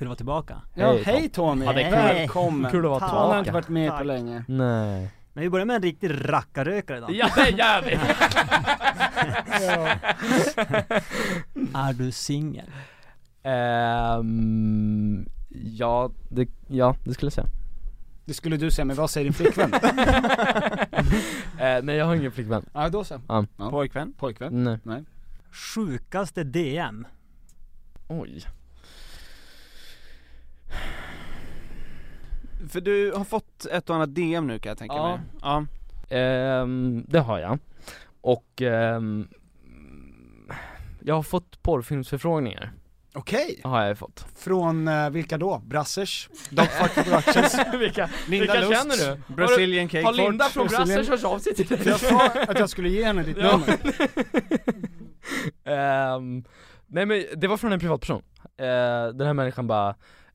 Kul att vara tillbaka.
Ja, hej, Tony!
Ja, det är kul.
Välkommen!
Kul att vara
Han har inte
tillbaka.
varit med på
Tack.
länge.
Nej
Men vi börjar med en riktig rackarrökare idag.
Ja, det gör
(laughs)
vi!
Är du singel?
Ehm, ja, det, ja, det skulle jag säga
Det skulle du säga, men vad säger din
(laughs)
(laughs)
flickvän?
Eh, Nej jag har ingen flickvän
ja, då så.
Ja.
Pojkvän?
Pojkvän?
Nej.
Nej.
Sjukaste DM?
Oj
För du har fått ett och annat DM nu kan jag tänka mig Ja
Ehm, det har jag. Och ehm, jag har fått porrfilmsförfrågningar.
Okej!
Har jag fått.
Från eh, vilka då? Brassers?
(laughs)
Dogfuck (laughs) Productions?
vilka
Linda
vilka
Lust.
känner du?
Brazilian
Har du-
Cake
Har Linda
Fort.
från Brassers
Brazilian-
hört av sig till dig?
Jag sa att jag skulle ge henne ditt
Ja.
nummer.
Ehm, nej men det var från en privatperson. Eh, den här människan bara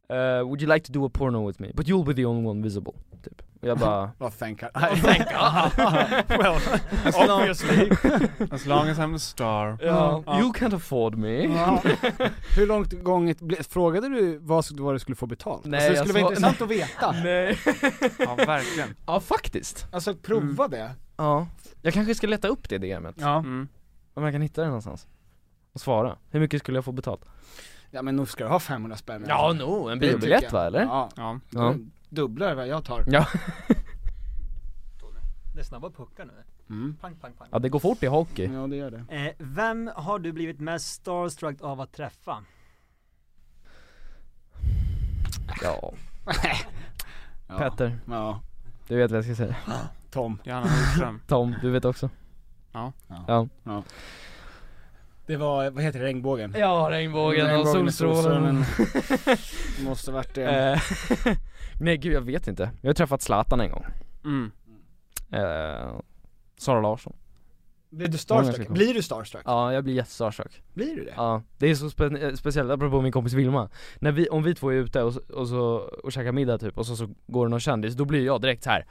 eh, Would you like to do a porno with me? But you'll be the only one visible. Typ. Och jag bara
Well, thank God.
(laughs) thank God.
well,
As
(laughs)
long-
obviously.
As long as I'm a star
Ja, You can't afford me.
Ja. Hur långt gånget ble- frågade du vad det var du skulle få betalt?
Nej,
alltså,
jag
det skulle vara
svar-
intressant att veta.
(laughs) Nej.
Ja verkligen
(laughs) Ja faktiskt.
Alltså
Mm.
prova det.
Ja. Jag kanske ska leta upp det DMet.
Ja.
Mm.
Om jag kan hitta det någonstans. och svara. Hur mycket skulle jag få betalt?
Ja men nog ska du ha 500 spänn
Ja, nog, en
Det tycker
biobiljett,
jag.
va, eller?
Ja,
Ja.
ja.
Ja.
dubblar vad jag tar
Ja.
Det är snabba puckar nu.
Mm.
Pang, pang, pang.
Ja det går fort i hockey
Ja det gör det (laughs)
Eh, vem har du blivit mest starstruck av att träffa?
Ja
Ja.
Petter
Ja.
Du vet vad jag ska säga
Tom
Johanna Nordström
Tom, du vet också
Ja
Ja
Ja Det var, vad heter det, regnbågen?
Ja, regnbågen och solstrålen.
solstrålen. Måste varit det
(laughs) Eh, (laughs) Nej gud jag vet inte, jag har träffat Zlatan en gång
(laughs) Mm.
eh, Sara Larsson
Blir du
Många ska
starstruck?
komma.
Blir du starstruck?
Ja jag blir jättestarstruck
Blir du det?
Ja, det är så spe- eh, speciellt, apropå min kompis Vilma När vi, om vi två är ute och, så- och så, och käkar middag typ och så, så går det någon kändis, då blir jag direkt så här.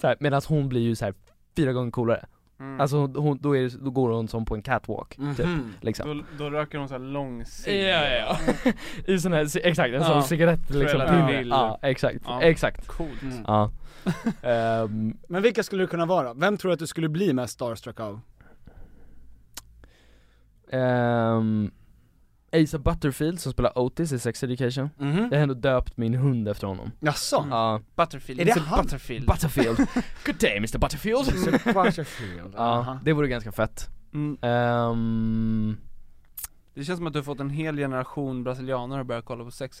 Så här medan hon blir ju så här fyra gånger coolare
Mm.
Alltså hon, då, är, det- då går hon som på en catwalk,
Mhm.
typ, liksom
Då, då röker de såhär lång
Ja, ja,
Oh,
ja. Mm. I sån här, exakt, en sån
Ja.
cigarett liksom
Skölda
pinne.
till.
Ja, exakt,
Ja.
exakt
Coolt.
Mm.
Ja (laughs) Ehm,
Men vilka skulle du kunna vara? Vem tror du att du skulle bli mest starstruck av?
ehm, Asa Butterfield som spelar Otis i Sex Education
Mhm.
Jag har ändå döpt min hund efter honom
Jaså?
Ja
Butterfield,
Är det
Mr.
han?
Butterfield
Butterfield Good day Mr Butterfield
(laughs) Butterfield,
Ja, det vore ganska fett
Mm.
Ehm,
Det känns som att du har fått en hel generation brasilianer att börja kolla på sex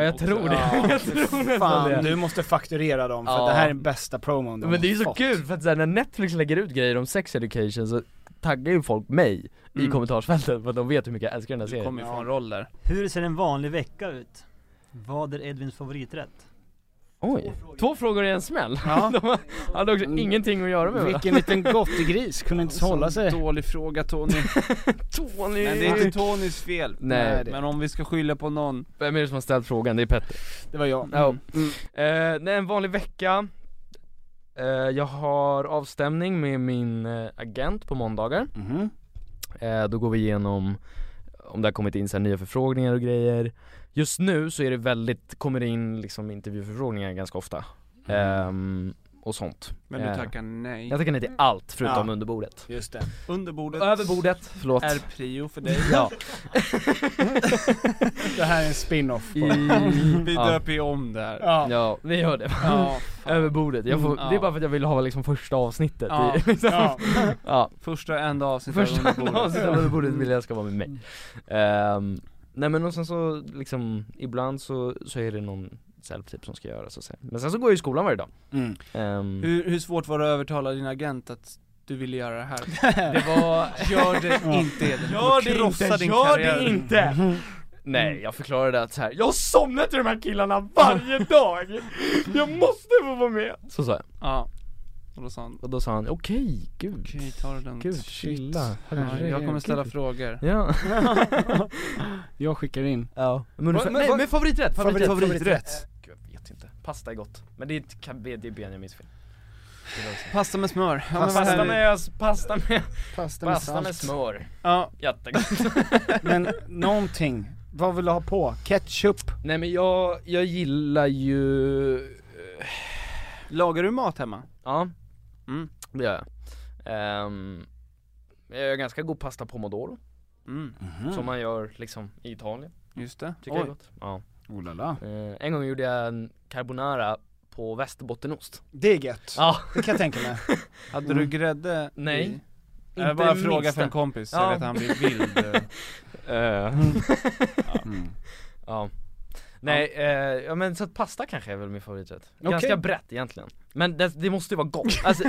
Ja, jag
också.
tror det.
Ja.
(laughs)
Mm.
Jag tror nästan det.
Fan, du måste fakturera dem för
Ja.
att det här är den bästa promon de
Men det är ju så
har fått.
kul för att så här, när Netflix lägger ut grejer om sex education så taggar ju folk mig i
Mm.
kommentarsfältet för att de vet hur mycket jag älskar den här serien
kommer ju
(laughs)
från roller
Hur ser en vanlig vecka ut? Vad är Edvins favoriträtt?
Oj, två frågor i en smäll? Ja. Mm. De hade också ingenting att göra med
Vilken liten gris
(laughs)
kunde
Alltså,
inte hålla sig
Dålig fråga Tony
Tony!
Men det är inte Tonys fel
Nej.
Nej. Men om vi ska skylla på någon
Vem är det som har ställt frågan? Det är Petter
Det var jag Mm.
Ja. Eh, nej, en vanlig vecka Eh, Jag har avstämning med min eh, agent på måndagar
Mhm.
Eh, Då går vi igenom om det har kommit in så här nya förfrågningar och grejer Just nu så är det väldigt, kommer det in liksom intervjuförfrågningar ganska ofta
Eh,
Ehm, Och sånt
Men du
Eh,
tackar nej
Jag tackar nej till allt förutom
Ja.
under bordet
Just det
Under bordet
Över bordet, förlåt
Är prio för dig
(laughs) Ja
Det här är en spin-off
I,
bara.
Vi
Mm. ja.
döper ju om det här
Ja.
ja, vi gör det
Ja,
(laughs) Över bordet, jag får,
Mm,
det är
ja.
bara för att jag vill ha liksom första avsnitittet
Ja.
i, (laughs) liksom.
Ja.
ja.
Första och enda avsnittet
Första
av under bordet
avsnittet av Under bordet vill jag ska vara med mig Ehm, Nej men och sen så liksom, ibland så, så är det någon self-tip som ska göras och så. Men sen så går jag i skolan varje dag
(laughs) Mm.
Ehm,
hur, hur svårt var det att övertala din agent att du ville göra det här?
Det (laughs) var,
Gör det inte Edvin,
gör det
krossa
inte,
din
gör
karriär
det inte! Nej jag förklarade att så här. jag har somnat till de här killarna varje dag! Jag måste få vara med! Så sa jag,
Ja Och då sa han
och då sa han okej, gud,
Okej, ta det lugnt
gud, chilla,
Ja, Jag kommer ställa
herregud."
frågor
Ja
Jag skickar in
Ja, (laughs) men, ungefär-
men
nej
vad-
men favoriträtt, favoriträtt,
Favorit-
favoriträtt. Gud, jag vet inte, pasta är gott, men det är, inte- kan- det är Benjamins fel Det är också-
Pasta med smör ja, men vad
Pasta
härligt.
med, pasta med,
Pasta med
pasta
salt.
med smör,
Ja,
jättegott (laughs)
Men någonting, vad vill du ha på? Ketchup?
Nej men jag, jag gillar ju, eh,
lagar du mat hemma?
ja,
Mm.
det gör jag Ehm, Jag gör ganska god pasta pomodoro,
Mm,
som man gör liksom i Italien,
just det
tycker jag är gott Ja,
Oh la la.
Eh, en gång gjorde jag en carbonara på västerbottenost
Det är gött,
Ja,
det kan jag tänka mig
Hade du grädde
Nej.
i? Jag
Mm. Inte
bara
det
frågar
minsta.
för en kompis,
Ja.
jag vet att han blir
(laughs)
vild
Eh.
Mm.
Ja Nej, ja. Eh, ja men så att pasta kanske är väl min favoriträtt Ganska
Okej.
brett egentligen Men det, det måste ju vara gott, alltså,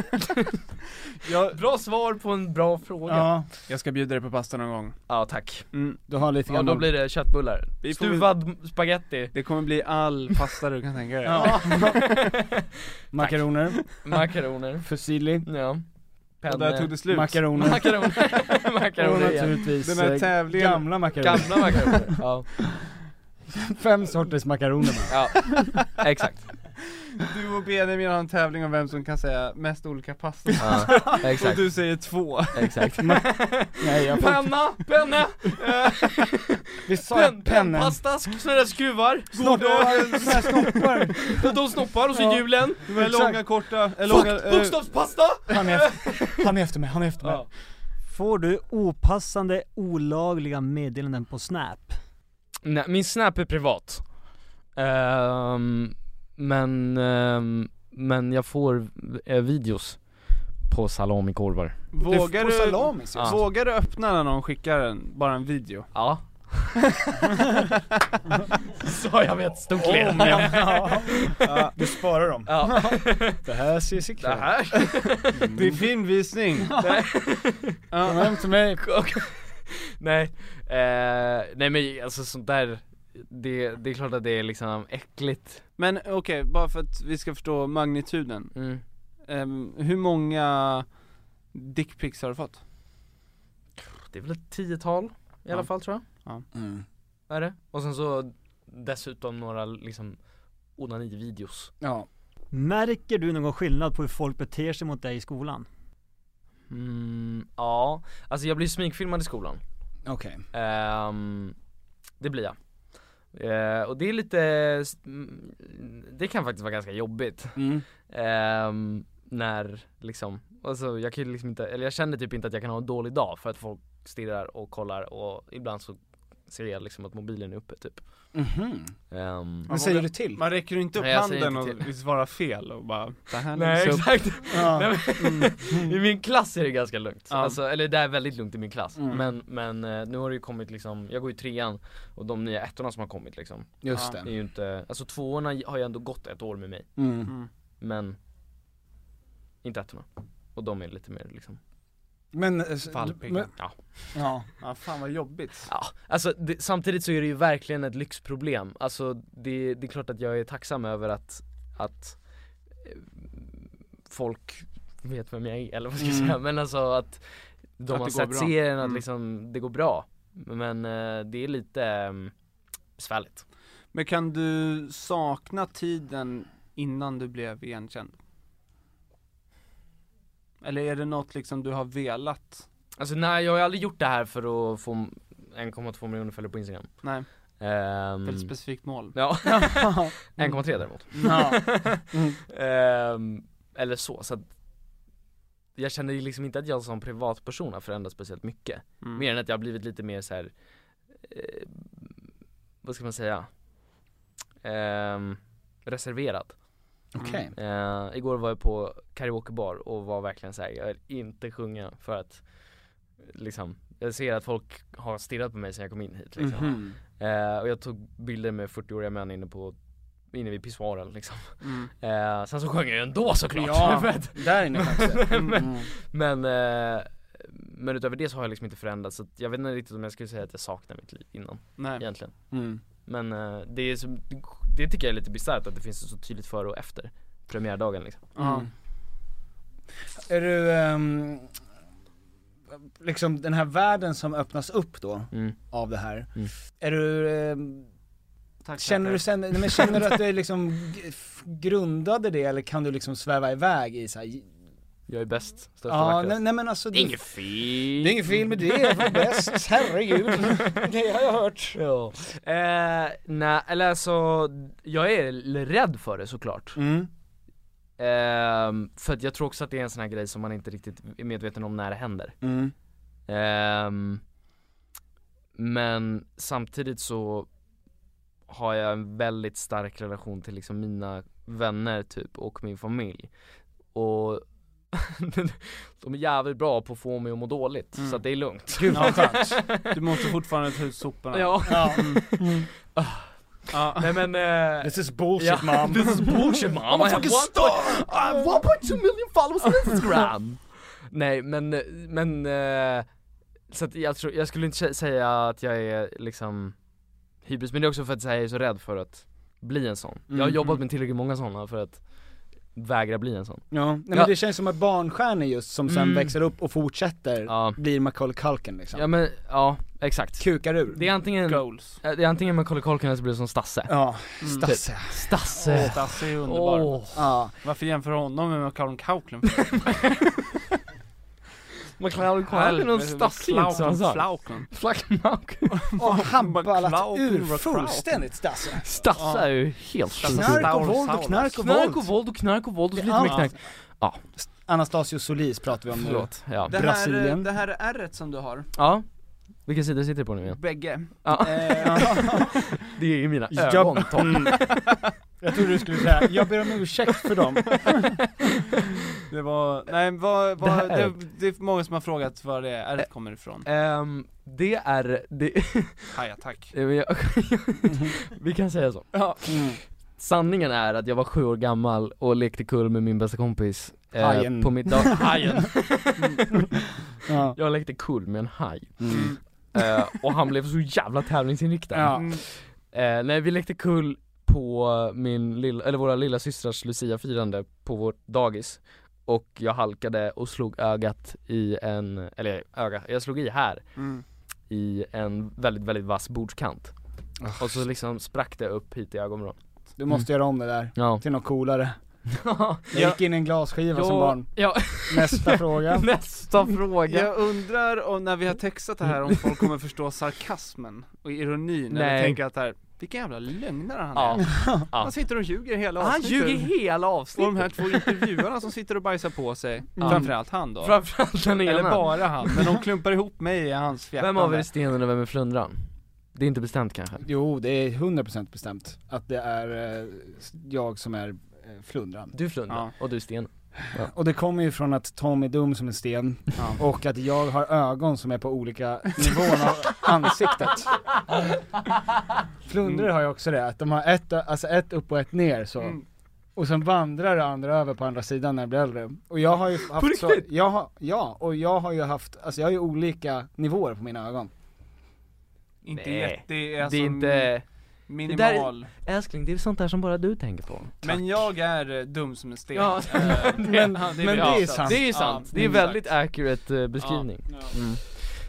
Bra svar på en bra fråga Ja,
Ja,
Jag ska bjuda dig på pasta någon gång
tack
mm.
du har lite
Ja
gammal
då blir det köttbullar,
Vi får-
stuvad spaghetti
Det kommer bli all pasta du kan tänka dig
Ja. Makaroner,
(laughs) Makaroner,
fusilli,
ja
Och där tog det slut
(laughs)
makaroner
Makaroner,
och
makaroner igen
naturligtvis
Den här
eh,
tävlingen-
gamla makaroner
Gamla makaroner, ja,
(laughs) Fem sorters makaroner bara.
ja, exakt
Du och Benjamin har en tävling om vem som kan säga mest olika pasta
ja,
Och
Exakt,
du säger två
exakt
(laughs) Nej jag får
Penna, penna, eh,
vi sa
pen,
att pennen,
pennpasta, sk- såna där skruvar,
snart såna här
(laughs)
snoppar
de snoppar och så
Ja.
hjulen
De är
Exakt.
långa, korta, eller
Fukt,
långa, eh,
bokstavspasta!
han är, efter, han är efter mig, han är efter mig
Ja.
Får du opassande, olagliga meddelanden på Snap?
Nej, min snap är privat Ehm, Men, ehm, men jag får eh, videos på salamikorvar
Vågar du,
Ja.
vågar du öppna när någon skickar en, bara en video?
(laughs) Ja Sa jag med ett stort
Oh,
leende.
men-
Ja,
du sparar dem.
(laughs) Ja.
Det här ser ju sick
Det här?
Det (laughs) är filmvisning!
Nej.
Kom hem
(laughs)
till mig
Nej, eh, nej men alltså sånt där, det, det är klart att det är liksom äckligt
Men okej, bara för att vi ska förstå magnituden. Ehm, hur många dickpics har du fått?
Det är väl ett tiotal i alla fall tror jag
Ja.
Mm.
Vad är det? Och sen så dessutom några liksom onanivideos
Ja
Märker du någon skillnad på hur folk beter sig mot dig i skolan?
Mm, ja, alltså jag blir smygfilmad i skolan
Okej
Ehm, Det blir jag Eh, Och det är lite, s- mm, det kan faktiskt vara ganska jobbigt
Mm.
Ehm, När liksom, alltså jag kan ju liksom inte, eller jag känner typ inte att jag kan ha en dålig dag för att folk stirrar och kollar och ibland så ser jag liksom att mobilen är uppe typ
Mhm.
Ehm,
Man vågar-
Mm.
Man räcker ju inte upp
Nej, jag säger
handen
inte till.
och svarar fel och bara det här
Nej
läggs upp."
exakt,
Ja. Mm.
Nej, men, (laughs)
Mm.
i min klass är det ganska lugnt,
Ja.
alltså, eller det är väldigt lugnt i min klass
Mm.
men, men eh, nu har det ju kommit liksom, jag går ju trean och de nya ettorna som har kommit liksom
Just det.
är ju inte, alltså tvåorna har ju ändå gått ett år med mig
Mm. Mm.
Men, inte ettorna och de är lite mer liksom
Men, eh, s-
Valpiga.
men-
ja.
Ja.
Ja, fan vad jobbigt.
Ja, alltså det, samtidigt så är det ju verkligen ett lyxproblem. Alltså det, det är klart att jag är tacksam över att, att eh, folk vet vem jag är eller vad ska jag
Mm.
säga. Men alltså att de
Att
har
det går
sett
bra.
serien att
Mm.
liksom det går bra. Men eh, det är lite eh, besvärligt.
Men kan du sakna tiden innan du blev igenkänd? Eller är det något liksom du har velat?
Alltså nej jag har ju aldrig gjort det här för att få 1,2 miljoner följare på Instagram.
Nej,
Ehm,
väldigt specifikt mål. (laughs)
Ja, (laughs)
Mm.
1,3 däremot
Ja.
(laughs) Ehm, Eller så, så att Jag känner ju liksom inte att jag som privatperson har förändrats speciellt mycket
Mm.
Mer än att jag har blivit lite mer så här. Eh, vad ska man säga? Ehm, reserverad
Mm.
Okej.
Eh, Igår var jag på karaokebar och var verkligen så här, jag vill inte sjunga för att Liksom, jag ser att folk har stirrat på mig sen jag kom in hit liksom.
Mhm.
Eh, och jag tog bilder med 40-åriga män inne på, inne vid pissoaren liksom.
Mm.
Eh, sen så sjöng jag ju ändå såklart.
Ja,
(laughs) För att-
där inne
(laughs)
skäms det. Mm.
(laughs) Men, men, eh, men utöver det så har jag liksom inte förändrats så att jag vet inte riktigt om jag skulle säga att jag saknar mitt liv innan.
Nej.
Egentligen.
Mm.
Men eh, det, är så, det tycker jag är lite bisarrt att det finns så tydligt före och efter premiärdagen liksom.
Mm. Är du, ehm, liksom den här världen som öppnas upp då,
Mm.
av det här.
Mm.
Är du, ehm,
Tack,
känner,
tackar.
du sen, nej, men känner du att du liksom g- f- grundade det eller kan du liksom sväva iväg i så här,
Jag är bäst, största
ja,
vackrast.
nej, nej men alltså
Det är inget fel.
Det är inget fel med det, jag
(laughs)
var bäst, herregud. Det har jag hört.
Ja. Eh, nej, eller alltså, jag är l- rädd för det såklart.
mm,
Ehm, för att jag tror också att det är en sån här grej som man inte riktigt är medveten om när det händer.
Mm.
Ehm, men samtidigt så har jag en väldigt stark relation till liksom mina vänner typ och min familj. Och (laughs) de är jävligt bra på att få mig att må dåligt så att det är lugnt.
Mm. Gud,
(laughs)
vad skönt. (laughs) Du måste fortfarande ta ut soporna. (laughs)
Ja.
Ja.
Mm. Ah. Nej men... eh,
(laughs) This is bullshit
ja, (laughs)
mom.
This is bullshit mom.
I'm a
I have
fucking
one point- I have 1.2 million followers on Instagram. (laughs) Nej men, eh, men... eh, Så att jag tror, jag skulle inte sä- säga att jag är liksom hybris, men det är också för att så här, jag är så rädd för att bli en sån. Jag har
Mm.
jobbat med tillräckligt många sådana för att vägra bli en sån.
Ja, nej, men
Ja.
det känns som att barnstjärnor just som sen
Mm.
växer upp och fortsätter blir Macaulay Culkin liksom.
Ja men, ja exakt.
Kukar ur.
Det är antingen,
Goals.
eh, det är antingen Macaulay Culkin eller så blir det som Stasse.
Ja,
Mm.
Stasse.
Typ. Stasse.
Åh, Stasse är underbar.
Åh. (laughs)
Ja.
Varför jämför honom med Macaulay Culkin? för?
Macaulay Culkin och
Helvete,
Stasse liksom. är inte samma sak.
Flauken.
Flackmauken.
Och han ballat
Maclauken,
ur
Maclauken.
fullständigt Stasse.
Stasse är ju helt
Knark och våld och knark och våld.
Knark och våld och knark och våld och lite
Ja.
mer knark. Ja.
Anastasio Solis pratar vi om
Förlåt,
nu.
ja.
Det här,
Brasilien.
det här är ärret som du har.
Ja, vilken sida sitter du på nu igen?
Bägge.
Ja.
Eh,
det är ju mina
Jag-
ögon Tom.
Mm. (laughs) Jag trodde du skulle säga, jag ber om ursäkt för dem.
Det var, nej vad, vad,
Det
det,
här- Eh.
det, är många som har frågat var det ärret kommer ifrån.
Ehm, det är, det, (laughs)
Hajattack.
Eh, men jag- (laughs) vi kan säga så.
Mm.
Sanningen är att jag var sju år gammal och lekte kull med min bästa kompis eh,
Hajen.
På mitt dag- (laughs) hajen!
Ja.
Jag lekte kull med en haj
Mm.
eh, Och han blev så jävla tävlingsinriktad
Ja.
eh, Nej vi lekte kull på min lilla, eller våra lilla systrars luciafirande på vårt dagis Och jag halkade och slog ögat i en, eller öga, jag slog i här
Mm.
I en väldigt väldigt vass bordskant Och så liksom sprack det upp hit i ögonvrån
Du måste göra om det där,
Ja.
till något coolare. Jag
(laughs) Ja.
gick in i en glasskiva som
Ja,
barn.
(laughs)
ja. (laughs)
Nästa fråga.
Nästa fråga
Jag undrar om, när vi har textat det här, om folk kommer förstå sarkasmen och ironin,
Nej.
eller tänker att det här, vilken jävla lögnare han
Ja.
är.
Ja.
Han sitter och ljuger hela
Han
avsnittet.
ljuger hela
Och de
avsnittet!
här två intervjuarna som sitter och bajsar på sig,
Ja.
framförallt han då.
(laughs) Mm. Framförallt den ena.
Eller bara han, men de klumpar ihop mig i hans fjärtande.
Vem av er är stenen och vem är flundran? Det är inte bestämt kanske?
Jo, det är 100% bestämt att det är eh, jag som är eh, flundran.
Du är flundran, och du är stenen ja.
Och det kommer ju från att Tom är dum som en sten och att jag har ögon som är på olika nivån av ansiktet. Flundror har ju också det, att de har ett, ö- alltså ett upp och ett ner så.
Mm.
Och sen vandrar det andra över på andra sidan när jag blir äldre. Och jag har ju haft så,
riktigt?
jag har, ja, och jag har ju haft, alltså jag har ju olika nivåer på mina ögon.
Inte
Nej.
jätte, alltså,
Det är inte...
minimal.
Det där, älskling, det är sånt där som bara du tänker på
Men jag är eh, dum som en sten.
Ja,
Eh,
(laughs) men,
ja,
men
bra.
det är sant. Det är sant,
Ja,
det är
exakt.
väldigt accurate eh, beskrivning
Ja.
Mm.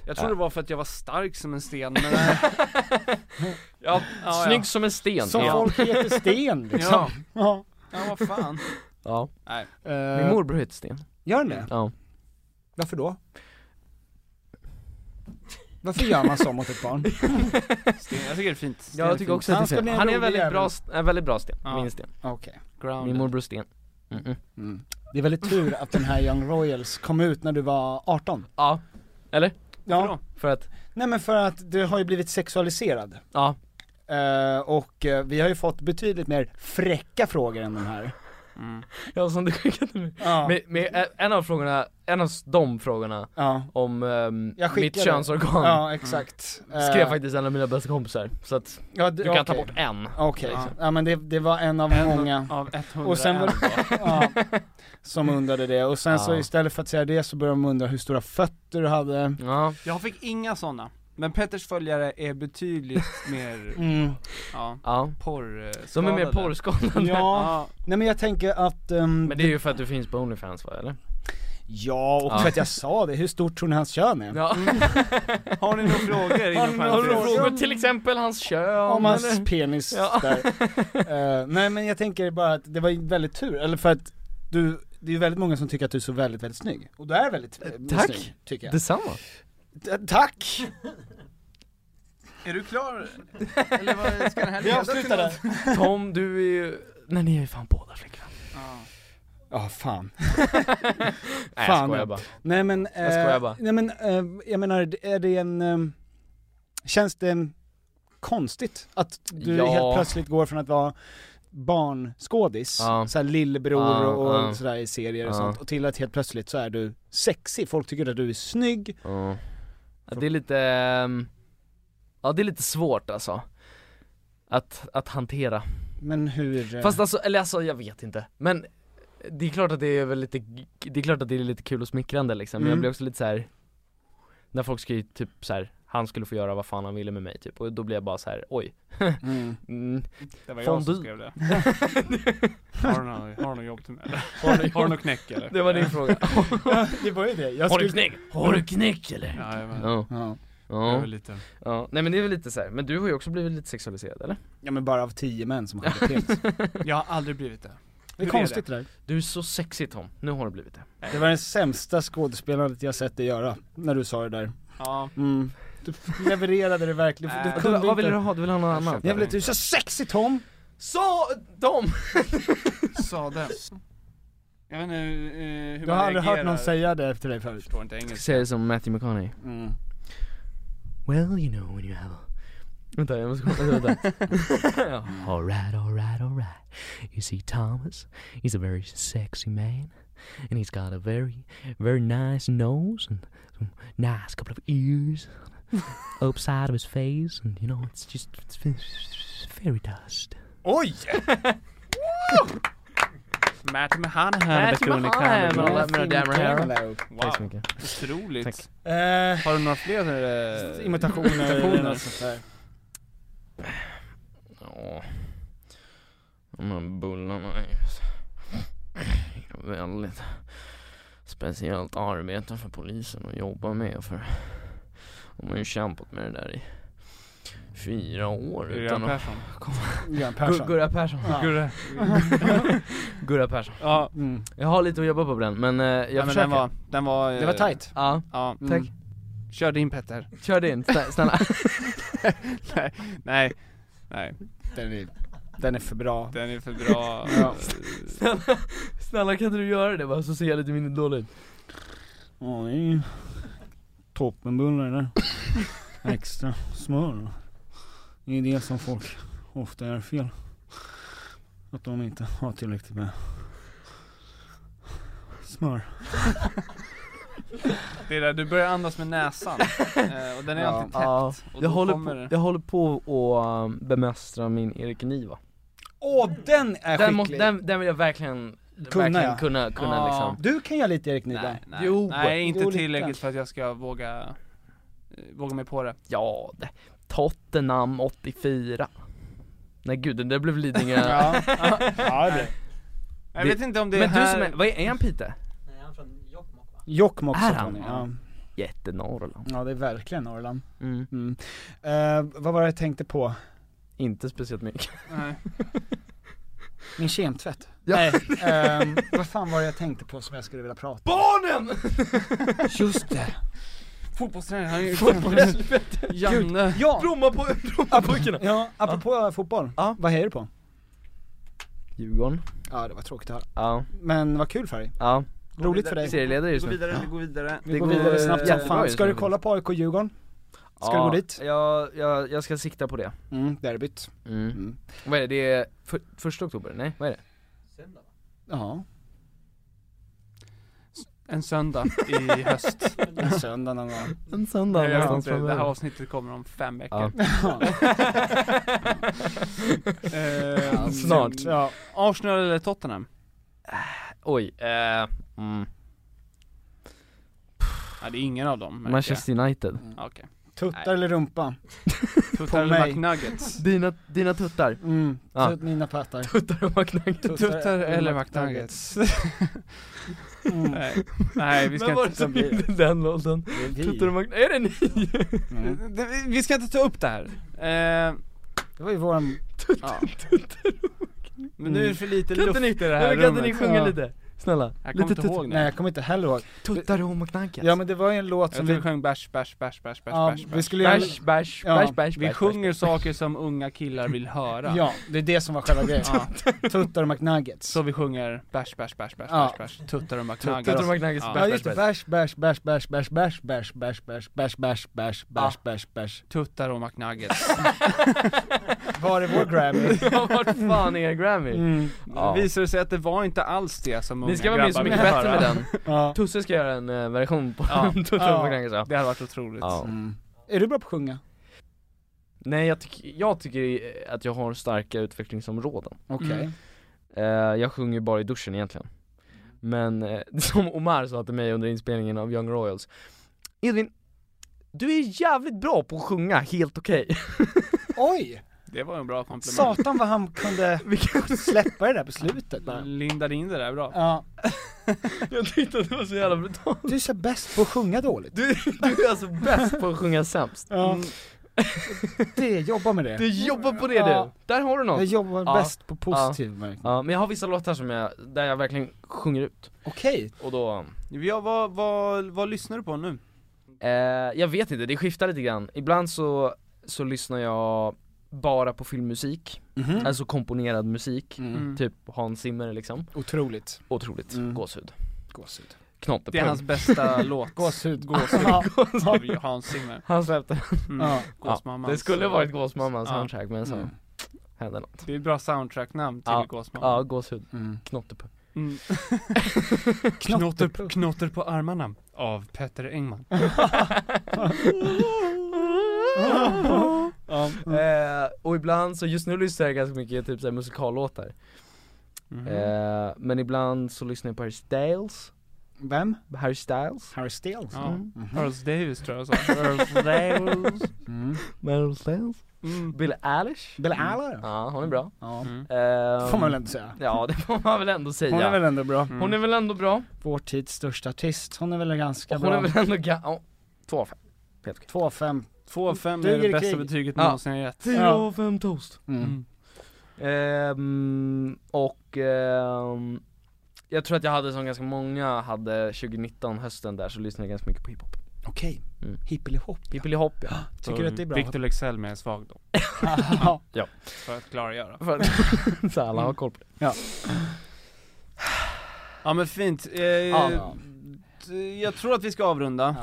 Jag tror
Ja.
det var för att jag var stark som en sten, men eh,
(laughs) Ja,
ja.
(laughs) snygg som en sten
Som
ja.
folk heter sten liksom. Ja. Eh,
ja vad fan.
ja.
Nej.
Min morbror heter Sten
Gör den det?
Ja
Varför då? Varför gör man så mot ett barn?
Sten, jag tycker det är fint. Sten
Jag tycker
fint.
också att det är
Han ska
Sten.
bli en
Han är en
rolig
väldigt
jävel.
bra, st- en väldigt bra sten,
Ja.
min sten
Okej.
Min
Grounded.
morbror Sten Mm-mm.
Mm. Det är väldigt tur att den här Young Royals kom ut när du var 18.
Ja, eller?
Varför då?
Ja.
För att,
Nej men för att du har ju blivit sexualiserad.
ja,
Eh, och eh, vi har ju fått betydligt mer fräcka frågor än den här.
Mm.
ja som du skickade mig
Ja.
Men, men eh, en av frågorna, en av s- de frågorna
ja.
om ehm,
Jag skickade.
mitt könsorgan
Ja, exakt.
(laughs) skrev
Eh,
faktiskt en av mina bästa kompisar, så att
ja,
du
d-
kan ta
okej.
bort en
Okej,
Ja.
så- ja men det, det var en av
En
många.
av 100
Och sen var det, ja, (laughs) som undrade det. Och sen så
Ja.
istället för att säga det så började de undra hur stora fötter du hade.
Ja,
Jag fick inga sådana. Men Petters följare
(laughs)
är betydligt mer,
Mm.
ja,
ja de
porrskadade.
är mer porrskadade
Ja,
Ja,
nej men jag tänker att... ehm,
Men det är ju för att du finns på Onlyfans va eller?
Ja, och
Ja.
för att jag sa det, hur stort tror ni hans kön är?
Ja,
Mm. har ni några frågor inom
några
har du
parentes?
frågor till exempel hans kön
Om hans
eller?
penis
Ja.
där. Eh, nej men jag tänker bara att det var ju väldigt tur, eller för att du, det är ju väldigt många som tycker att du är så väldigt, väldigt snygg. Och du är väldigt eh,
tack.
snygg, tycker jag.
Detsamma
D- tack!
Är du klar? Eller vad, ska det här
Vi
leda till
avslutar
något?
där.
Tom du är ju, nej ni är ju fan båda flickvän
Ja.
Ja, fan.
(laughs) Nej
Fan,
jag skojar
ja.
bara
Nej men, eh,
Jag skojar bara.
nej men, eh, jag menar, är det en, eh, känns det en, konstigt att du
Ja.
helt plötsligt går från att vara barnskådis,
Ja.
såhär lillebror
Ja,
och
ja.
sådär i serier och
Ja.
sånt, och till att helt plötsligt så är du sexig, folk tycker att du är snygg,
Ja. Ja, det är lite, ehm, ja det är lite svårt alltså Att, att hantera
men hur... eh,
Fast alltså, eller alltså jag vet inte, men det är klart att det är väl lite, det är klart att det är lite kul och smickrande liksom, men jag
Mm.
blir också lite så här. När folk skriver typ så här. han skulle få göra vad fan han ville med mig typ, och då blir jag bara så här: oj
mm.
mm.
Det var jag som
Fondue.
skrev (laughs) det. Har du något, har du något jobb till mig eller?
Har du-
Har du något knäck
(laughs)
eller?
Det var din fråga
Det var ju det, jag
Har du knäck? Har du knäck eller?
Ja, jag var,
Ja,
Ja.
jag
ja,
var lite.
ja, nej men det är väl lite så här. men du har ju också blivit lite sexualiserad eller?
ja men bara av tio män som
(laughs)
hade penis.
Jag har aldrig blivit det.
Det är konstigt det där.
Du är så sexig Tom, nu har du blivit det
Det var det sämsta skådespelandet jag sett dig göra, när du sa det där.
Ja,
Mm. Du levererade det verkligen,
Äh,
du
du,
kunde
Vad
inte...
vill du ha? Du vill ha något
Jag
annat?
köper.
Jag vill att du är så sexig Tom!
Så, Tom!
sa det. Jag vet inte eh, hur man
Du har aldrig hört
reagerar.
någon säga det till dig förut?
Förstår inte
Ska
engelska.
säga det som Matthew McConaughey
Mm.
Well you know when you have a... Vänta jag måste (laughs) kolla, vänta Alright alright alright You see Thomas, he's a very sexy man And he's got a very, very nice nose and some nice couple of ears Upside of his face and you know it's just it's fairy dust
Oj!
Matt
Matthew
McConaughey Bethune
McConaughey,
Campbell.
mina damer och herrar.
Wow,
Tack så mycket.
otroligt.
Tack.
Har du några fler eh,
Imitationer eller något sånt där.
Ja, de här bullarna är ju väldigt speciellt arbete för polisen att jobba med för de har ju kämpat med det där i fyra år
Göran
utan att
Persson.
komma...
Göran
Gu-
Persson.
Gurra Persson.
Ja.
Gurra. (laughs) Gurra Persson.
Ja.
Mm.
Jag har lite att jobba på på den men eh, jag
Ja, men
försöker.
den var, den var eh,
Det var tight.
Ja,
ja.
tack.
Mm. Kör din Petter
Kör din, snä- snälla.
Nej, nej, nej
Den är, den är för bra
Den är för bra
Ja.
snälla, (laughs) snälla kan inte du göra det bara så ser jag lite mindre dålig ut.
Ja det är ju toppenbullar (laughs) det där Extra smör Det är det som folk ofta gör fel Att de inte har tillräckligt med smör
Det är där, du börjar andas med näsan eh, och den är alltid täppt
Ja.
och
Jag
då
håller,
kommer
på,
det.
jag håller på att um, bemästra min Erik Niva
Åh den är
den, må,
skicklig!
den, den vill jag verkligen,
Kunna,
verkligen
ja.
kunna, kunna
Ja.
liksom
Du kan göra lite Erik Niva
Nej, nej,
Jo.
nej inte
Jo, lite.
tillräckligt för att jag ska våga, eh, våga mig på det
Ja, det, Tottenham 84 Nej gud, den där blev Lidingö
(laughs) Ja, ja, ja det.
Jag
Det-
vet inte om det är
Men
här...
du som är, vad är, är han Pite?
Jokkmokk
Är
sa
han?
Tony, ja.
Jättenorrland
ja det är verkligen Norrland
mm.
mm. Eh, Vad var det jag tänkte på?
Inte speciellt mycket
Nej.
Min kemtvätt
Ja.
Nej, ehm, vad fan var det jag tänkte på som jag skulle vilja prata
Barnen!
Just det!
Fotbollstränare, han är ju
Fotbollshelvete!
Janne
Ja!
Bromma på, Bromma pojkarna!
Ja, apropå fotboll,
Ja.
vad hejar du på?
Djurgården
Ja det var tråkigt att höra.
Ja,
Men vad kul för dig,
ja,
roligt för dig
serieledare just
Gå
nu
vidare, vi går vidare
Vi går vidare snabbt som
jättebra
fan,
just
ska
nu.
du kolla på AIK Djurgården? Ska du gå dit?
Jag, jag, jag ska sikta på det
Mm, derbyt
mm.
Mm.
Vad är det, det är för, första oktober? Nej, vad är det?
Ja,
En söndag i höst
en söndag någon gång
(laughs) En
Nej,
söndag
jag vet inte, det här avsnittet kommer om fem veckor Eh,
Snart.
Ja,
Arsenal eller Tottenham?
Oj, eh, mm.
Ja, det är ingen av dem märker
Manchester United
jag. Okej.
tuttar
Nej.
eller rumpa?
Tuttar
mig.
eller McNuggets?
Dina, dina tuttar
Mm,
Ja.
tut, mina pattar
Tuttar och McNuggets
(laughs) Tuttar eller McNuggets? (laughs)
Mm.
Nej. Nej, vi ska
Vem var det
inte
som gjorde den låten?
Det är
Tuttar och
vi.
McNuggets, är det ni?
Mm.
Det- Vi ska inte ta upp det här. Eh,
Det var ju våran,
ja. Men nu är det för lite
Kan
luft
inte ni,
i det här
nej, kan inte ni
rummet.
sjunga
Ja.
lite? Snälla,
Jag kommer inte
tut-
ihåg nu.
nej jag kommer inte heller ihåg
tuttar och McNuggets
Ja men det var ju en låt
Jag
som
tror vi
vi,
sjöng bärs, bärs, bärs, bärs, bärs,
ja,
bärs,
vi
bärs.
skulle göra
Bärs, bärs,
Ja.
bärs, bärs,
Vi
bärs,
sjunger
bärs.
saker som unga killar vill höra.
Ja, det är det som var själva grejen.
Ja.
Tuttar och McNuggets.
Så vi sjunger bärs, bärs, bärs, bärs,
Ja.
bärs, bärs, tuttar och McNuggets.
Tuttar och McNuggets,
Ja.
ja
bärs,
just det,
bärs, bärs
bärs, bärs, bärs, bärs, bärs, bärs, bärs, bärs, bärs, bärs, bärs, bärs, bärs, bärs, bärs.
Tuttar och McNuggets.
Var är vår
(laughs)
Grammy?
Ja, vart fan är Grammy?
Mm.
Ja. Mm.
Visar det sig att det var inte alls det som unga
Ni ska vara med Så
grabbar
Mycket
vill
Bättre
höra.
med den
Ja.
Tusse ska göra en eh, version på
Ja.
(laughs) tuttar och McNuggets ja.
Det hade varit otroligt.
ja.
Mm. Är du bra på att sjunga?
Nej jag, tyck, jag tycker att jag har starka utvecklingsområden
Okej.
Mm.
eh, Jag sjunger bara i duschen egentligen Men eh, (laughs) som Omar sa till mig under inspelningen av Young Royals Edvin, du är jävligt bra på att sjunga helt okej
Oj!
Det var en bra komplimang.
Satan vad han kunde
(laughs)
släppa det där på slutet bara.
Lindade in det där bra.
Ja,
Jag tyckte att det var så jävla brutalt
du är så bäst på att sjunga dåligt.
Du, du är alltså bäst på att sjunga sämst
Ja. Det, jobba med det.
Du jobbar på det
Ja.
du, där har du
Jag
något
jobbar
Ja.
bäst på positiv märkning.
Ja, men jag har vissa låtar som jag, där jag verkligen sjunger ut
Okej.
Och då
Ja, vad, vad, vad lyssnar du på nu?
Eh, jag vet inte, det skiftar lite grann. Ibland så, så lyssnar jag bara på filmmusik,
Mhm.
alltså komponerad musik,
Mm.
typ Hans Zimmer liksom
Otroligt
Otroligt, gåshud
Gåshud Mm.
Knotepunkt
Det är hans (laughs)
(laughs)
bästa låt.
Gåshud,
gåshud.
Ja, av Hans Zimmer.
Han släppte den
Mm. Ja. Gåsmammans-
Det skulle varit Gåsmammans
Ja.
soundtrack men
alltså.
så
Mm.
hände något
Det är ett bra soundtrack-namn till
ja.
Gåsmamman.
Ja, gåshud, knottepunkt
Mm. knotter, (laughs) på- knotter på armarna av Petter Engman.
ja. eh, och ibland så, just nu lyssnar jag ganska mycket typ såhär musikallåtar
Mm.
eh, Men ibland så lyssnar jag på Harry Styles
Vem?
Harry Styles
Harry Styles? Mhm.
Ja. Earls Davis tror jag sa. (laughs) Earls Mm. Davis.
Mm. Meryl Styles
Mm.
Billie Eilish
Billie Eilish?
Mm. Ja, hon är bra
Ja.
Ehm,
Mm. Får man väl ändå säga.
Ja Mm. det får man väl ändå säga
Hon är väl ändå bra?
Hon är väl ändå bra?
Vår tids största artist, hon är väl ganska
Och hon
bra?
är väl ändå ga- ja, två av fem Helt okej
2 av 5
2 av 5 är det bästa betyget
Ja.
någonsin jag gett.
Fyra av fem toast
Mm.
Ehm, och ehm, jag tror att jag hade som ganska många hade 2019 hösten där så lyssnade jag ganska mycket på hiphop
Okej,
mm.
hippelihopp
Hippelihopp ja (gasps)
Tycker du att det är bra?
(laughs)
Victor Leksell med Svag då.
Ja
För att klargöra.
För att- (laughs) så alla har koll på det
Ja
Ja men fint, eh,
Ja.
d- jag tror att vi ska avrunda.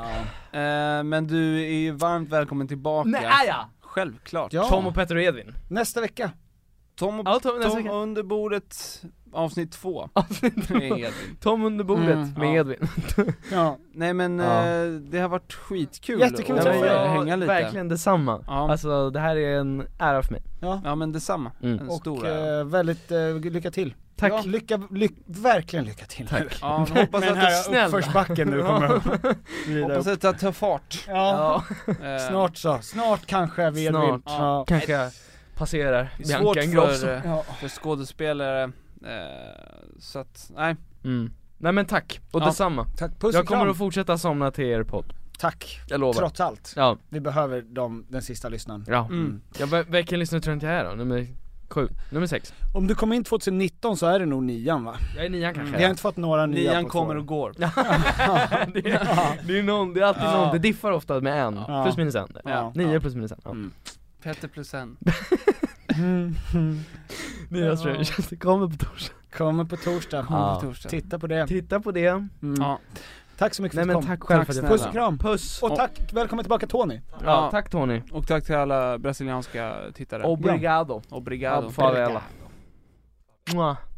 Eh, men du är ju varmt välkommen tillbaka.
Nej, är jag?
Självklart.
Ja. Tom och Petter och Edvin
Nästa vecka.
Tom och
Ja, Tom, nästa
Tom
vecka.
under bordet, avsnitt två. Med Edvin.
Tom under bordet
Mm,
med
ja.
Edvin
Ja.
Nej men
Ja.
eh, det har varit skitkul
Jättekul
att
att träffa
eh,
er.
hänga lite.
Verkligen detsamma
Ja.
Alltså det här är en ära för mig
Ja,
ja men detsamma,
Mm.
en
Och,
stor
Och
ära.
eh, väldigt, eh, lycka till
Tack.
ja, lycka, lyck, Verkligen lycka till
Tack.
Ja, men
(laughs)
hoppas
Men
att
här
det snälla.
uppförsbacken nu kommer (laughs) att vrida
Hoppas
upp.
att det
(laughs)
tar fart.
Ja.
Eh,
Snart så, snart kanske vi
Snart
Ja.
kanske jag passerar
Svårt
Bianca Ingrosso
för, eh, för skådespelare, eh, så att, nej.
mm. Nej men tack, och
Ja.
detsamma
Tack, puss och
Jag kommer
kram.
att fortsätta somna till er podd
Tack,
Jag lovar
trots allt
Ja, Mm.
Vi behöver dem, den sista lyssnaren Mm.
ja Jag vä- Vilken lyssnare tror jag inte jag är då? Nummer sju, nummer sex
Om du kommer in 2019 så är det nog nian va?
Jag är nian kanske
Vi har inte fått några nya
Nian
på
kommer
två (laughs) år.
och går.
(laughs) det, är, det är någon, det är alltid någon, det diffar ofta med en,
Ja.
plus minus en
Ja.
Nio plus minus en, ja.
Petter plus en.
Nya Strangers, (laughs) (laughs) det kommer på torsdag
Kommer på torsdag,
Ja.
på torsdag. titta på det Mm.
Titta på det
Ja.
Tack så mycket
Nej
för att
men
du kom
tack själv
Tack
för att jag
Puss
fick
och
komma
kram!
Puss!
Och tack, välkommen tillbaka Tony!
Ja, tack Tony
Och tack till alla brasilianska tittare.
Obrigado
Obrigado.
Farväl Mwah.